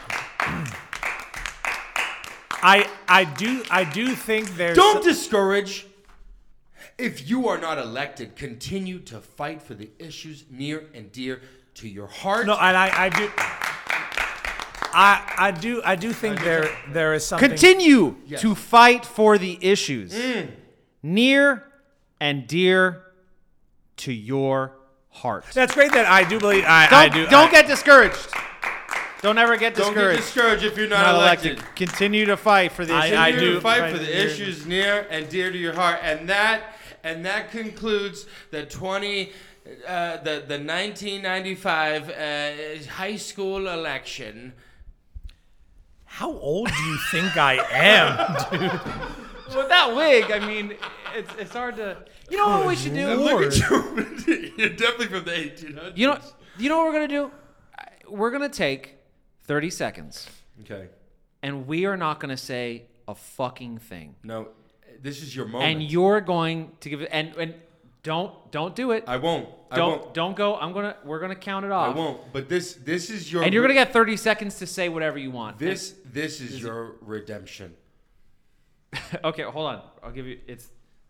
Speaker 2: I I do I do think there's
Speaker 1: Don't discourage. If you are not elected, continue to fight for the issues near and dear to your heart.
Speaker 2: no and I, I do I I do I do think there there is something
Speaker 3: Continue to fight for the issues
Speaker 1: Mm.
Speaker 3: near and dear to your heart.
Speaker 2: that's great that I do believe I,
Speaker 3: Don't,
Speaker 2: I do
Speaker 3: don't
Speaker 2: I-
Speaker 3: get discouraged. Don't ever get
Speaker 1: Don't
Speaker 3: discouraged.
Speaker 1: get discouraged if you're not,
Speaker 3: Not
Speaker 1: elected.
Speaker 3: elected. Continue to fight for the
Speaker 2: I-
Speaker 3: issues.
Speaker 2: I
Speaker 1: Continue
Speaker 2: do-
Speaker 1: to fight for
Speaker 2: fight
Speaker 1: the
Speaker 2: near-
Speaker 1: issues near and dear to your heart, and that and that concludes the twenty. Uh, the the 1995 uh, high school election.
Speaker 2: how old do you think I am?
Speaker 3: With that wig, I mean, it's, it's hard to. You know what we should do?
Speaker 1: You're definitely from the 1800s.
Speaker 3: You know, you know what we're gonna do? I- We're gonna take thirty seconds,
Speaker 1: Okay.
Speaker 3: and we are not gonna say a fucking thing.
Speaker 1: No, this is your moment.
Speaker 3: And you're going to give it. And and don't don't do it.
Speaker 1: I won't. I
Speaker 3: don't
Speaker 1: won't.
Speaker 3: don't go. I'm gonna we're gonna count it
Speaker 1: I
Speaker 3: off.
Speaker 1: won't. But this this is your
Speaker 3: And you're gonna get 30 seconds to say whatever you want.
Speaker 1: this this is your redemption.
Speaker 3: And- okay, hold on. I'll give you. It's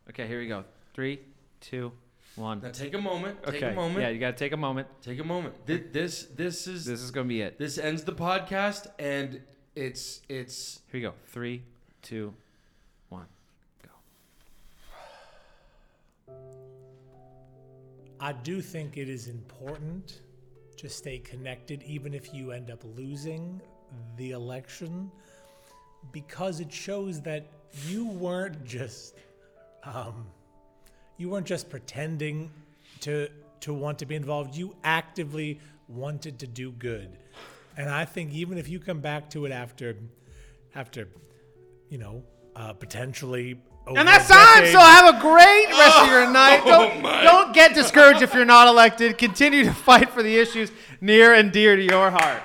Speaker 3: okay. Here we go. Three, two, one.
Speaker 1: Now take a moment. Take
Speaker 3: okay.
Speaker 1: a moment.
Speaker 3: Yeah, you gotta take a moment.
Speaker 1: Take a moment. This this this is
Speaker 3: This
Speaker 1: this,
Speaker 3: is gonna be it.
Speaker 1: ends the podcast and it's it's
Speaker 3: Here we go. Three, two, one.
Speaker 2: I do think it is important to stay connected, even if you end up losing the election, because it shows that you weren't just um, you weren't just pretending to to want to be involved. You actively wanted to do good, and I think even if you come back to it after after you know uh, potentially. over
Speaker 3: And that's
Speaker 2: a
Speaker 3: time.
Speaker 2: decade-
Speaker 3: So have a great rest of
Speaker 1: Oh
Speaker 3: your night. Don't, don't get discouraged if you're not elected. Continue to fight for the issues near and dear to your heart.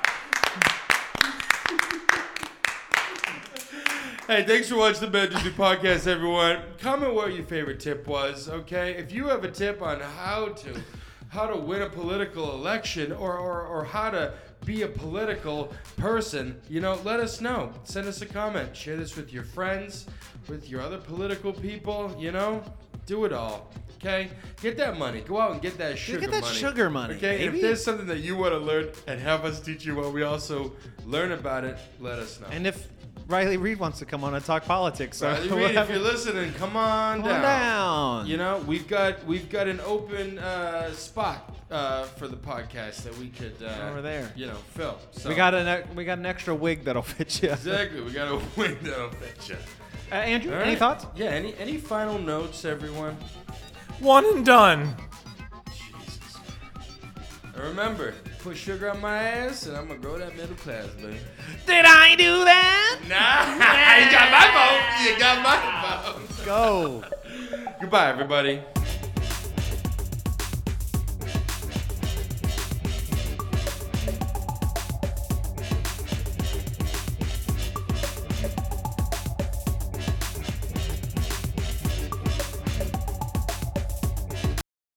Speaker 1: Hey, thanks for watching the Bad Juicy Podcast, everyone. Comment what your favorite tip was, okay? If you have a tip on how to how to win a political election or, or, or how to be a political person, you know, let us know. Send us a comment. Share this with your friends, with your other political people, you know? Do it all. Okay? Get that money. Go out and get that sugar
Speaker 3: that
Speaker 1: money.
Speaker 3: sugar money,
Speaker 1: Okay?
Speaker 3: baby.
Speaker 1: If there's something that you want to learn and have us teach you while we also learn about it, let us know.
Speaker 3: And if Riley Reed wants to come on and talk politics, so
Speaker 1: Riley Reid, if you're listening, come on,
Speaker 3: come on down.
Speaker 1: You know, we've got we've got an open uh, spot uh, for the podcast that we could uh,
Speaker 3: Over there.
Speaker 1: You know, fill. So.
Speaker 3: we got an we got an extra wig that'll fit you. Uh,
Speaker 1: exactly. We got a window picture.
Speaker 3: Andrew, any thoughts?
Speaker 1: Yeah. Any any final notes, everyone?
Speaker 11: One and done.
Speaker 1: Jesus. And remember, put sugar on my ass, and I'm gonna grow that middle class, baby.
Speaker 5: Did I do that?
Speaker 1: Nah, you got my vote. You got my vote.
Speaker 3: Go.
Speaker 1: Goodbye, everybody.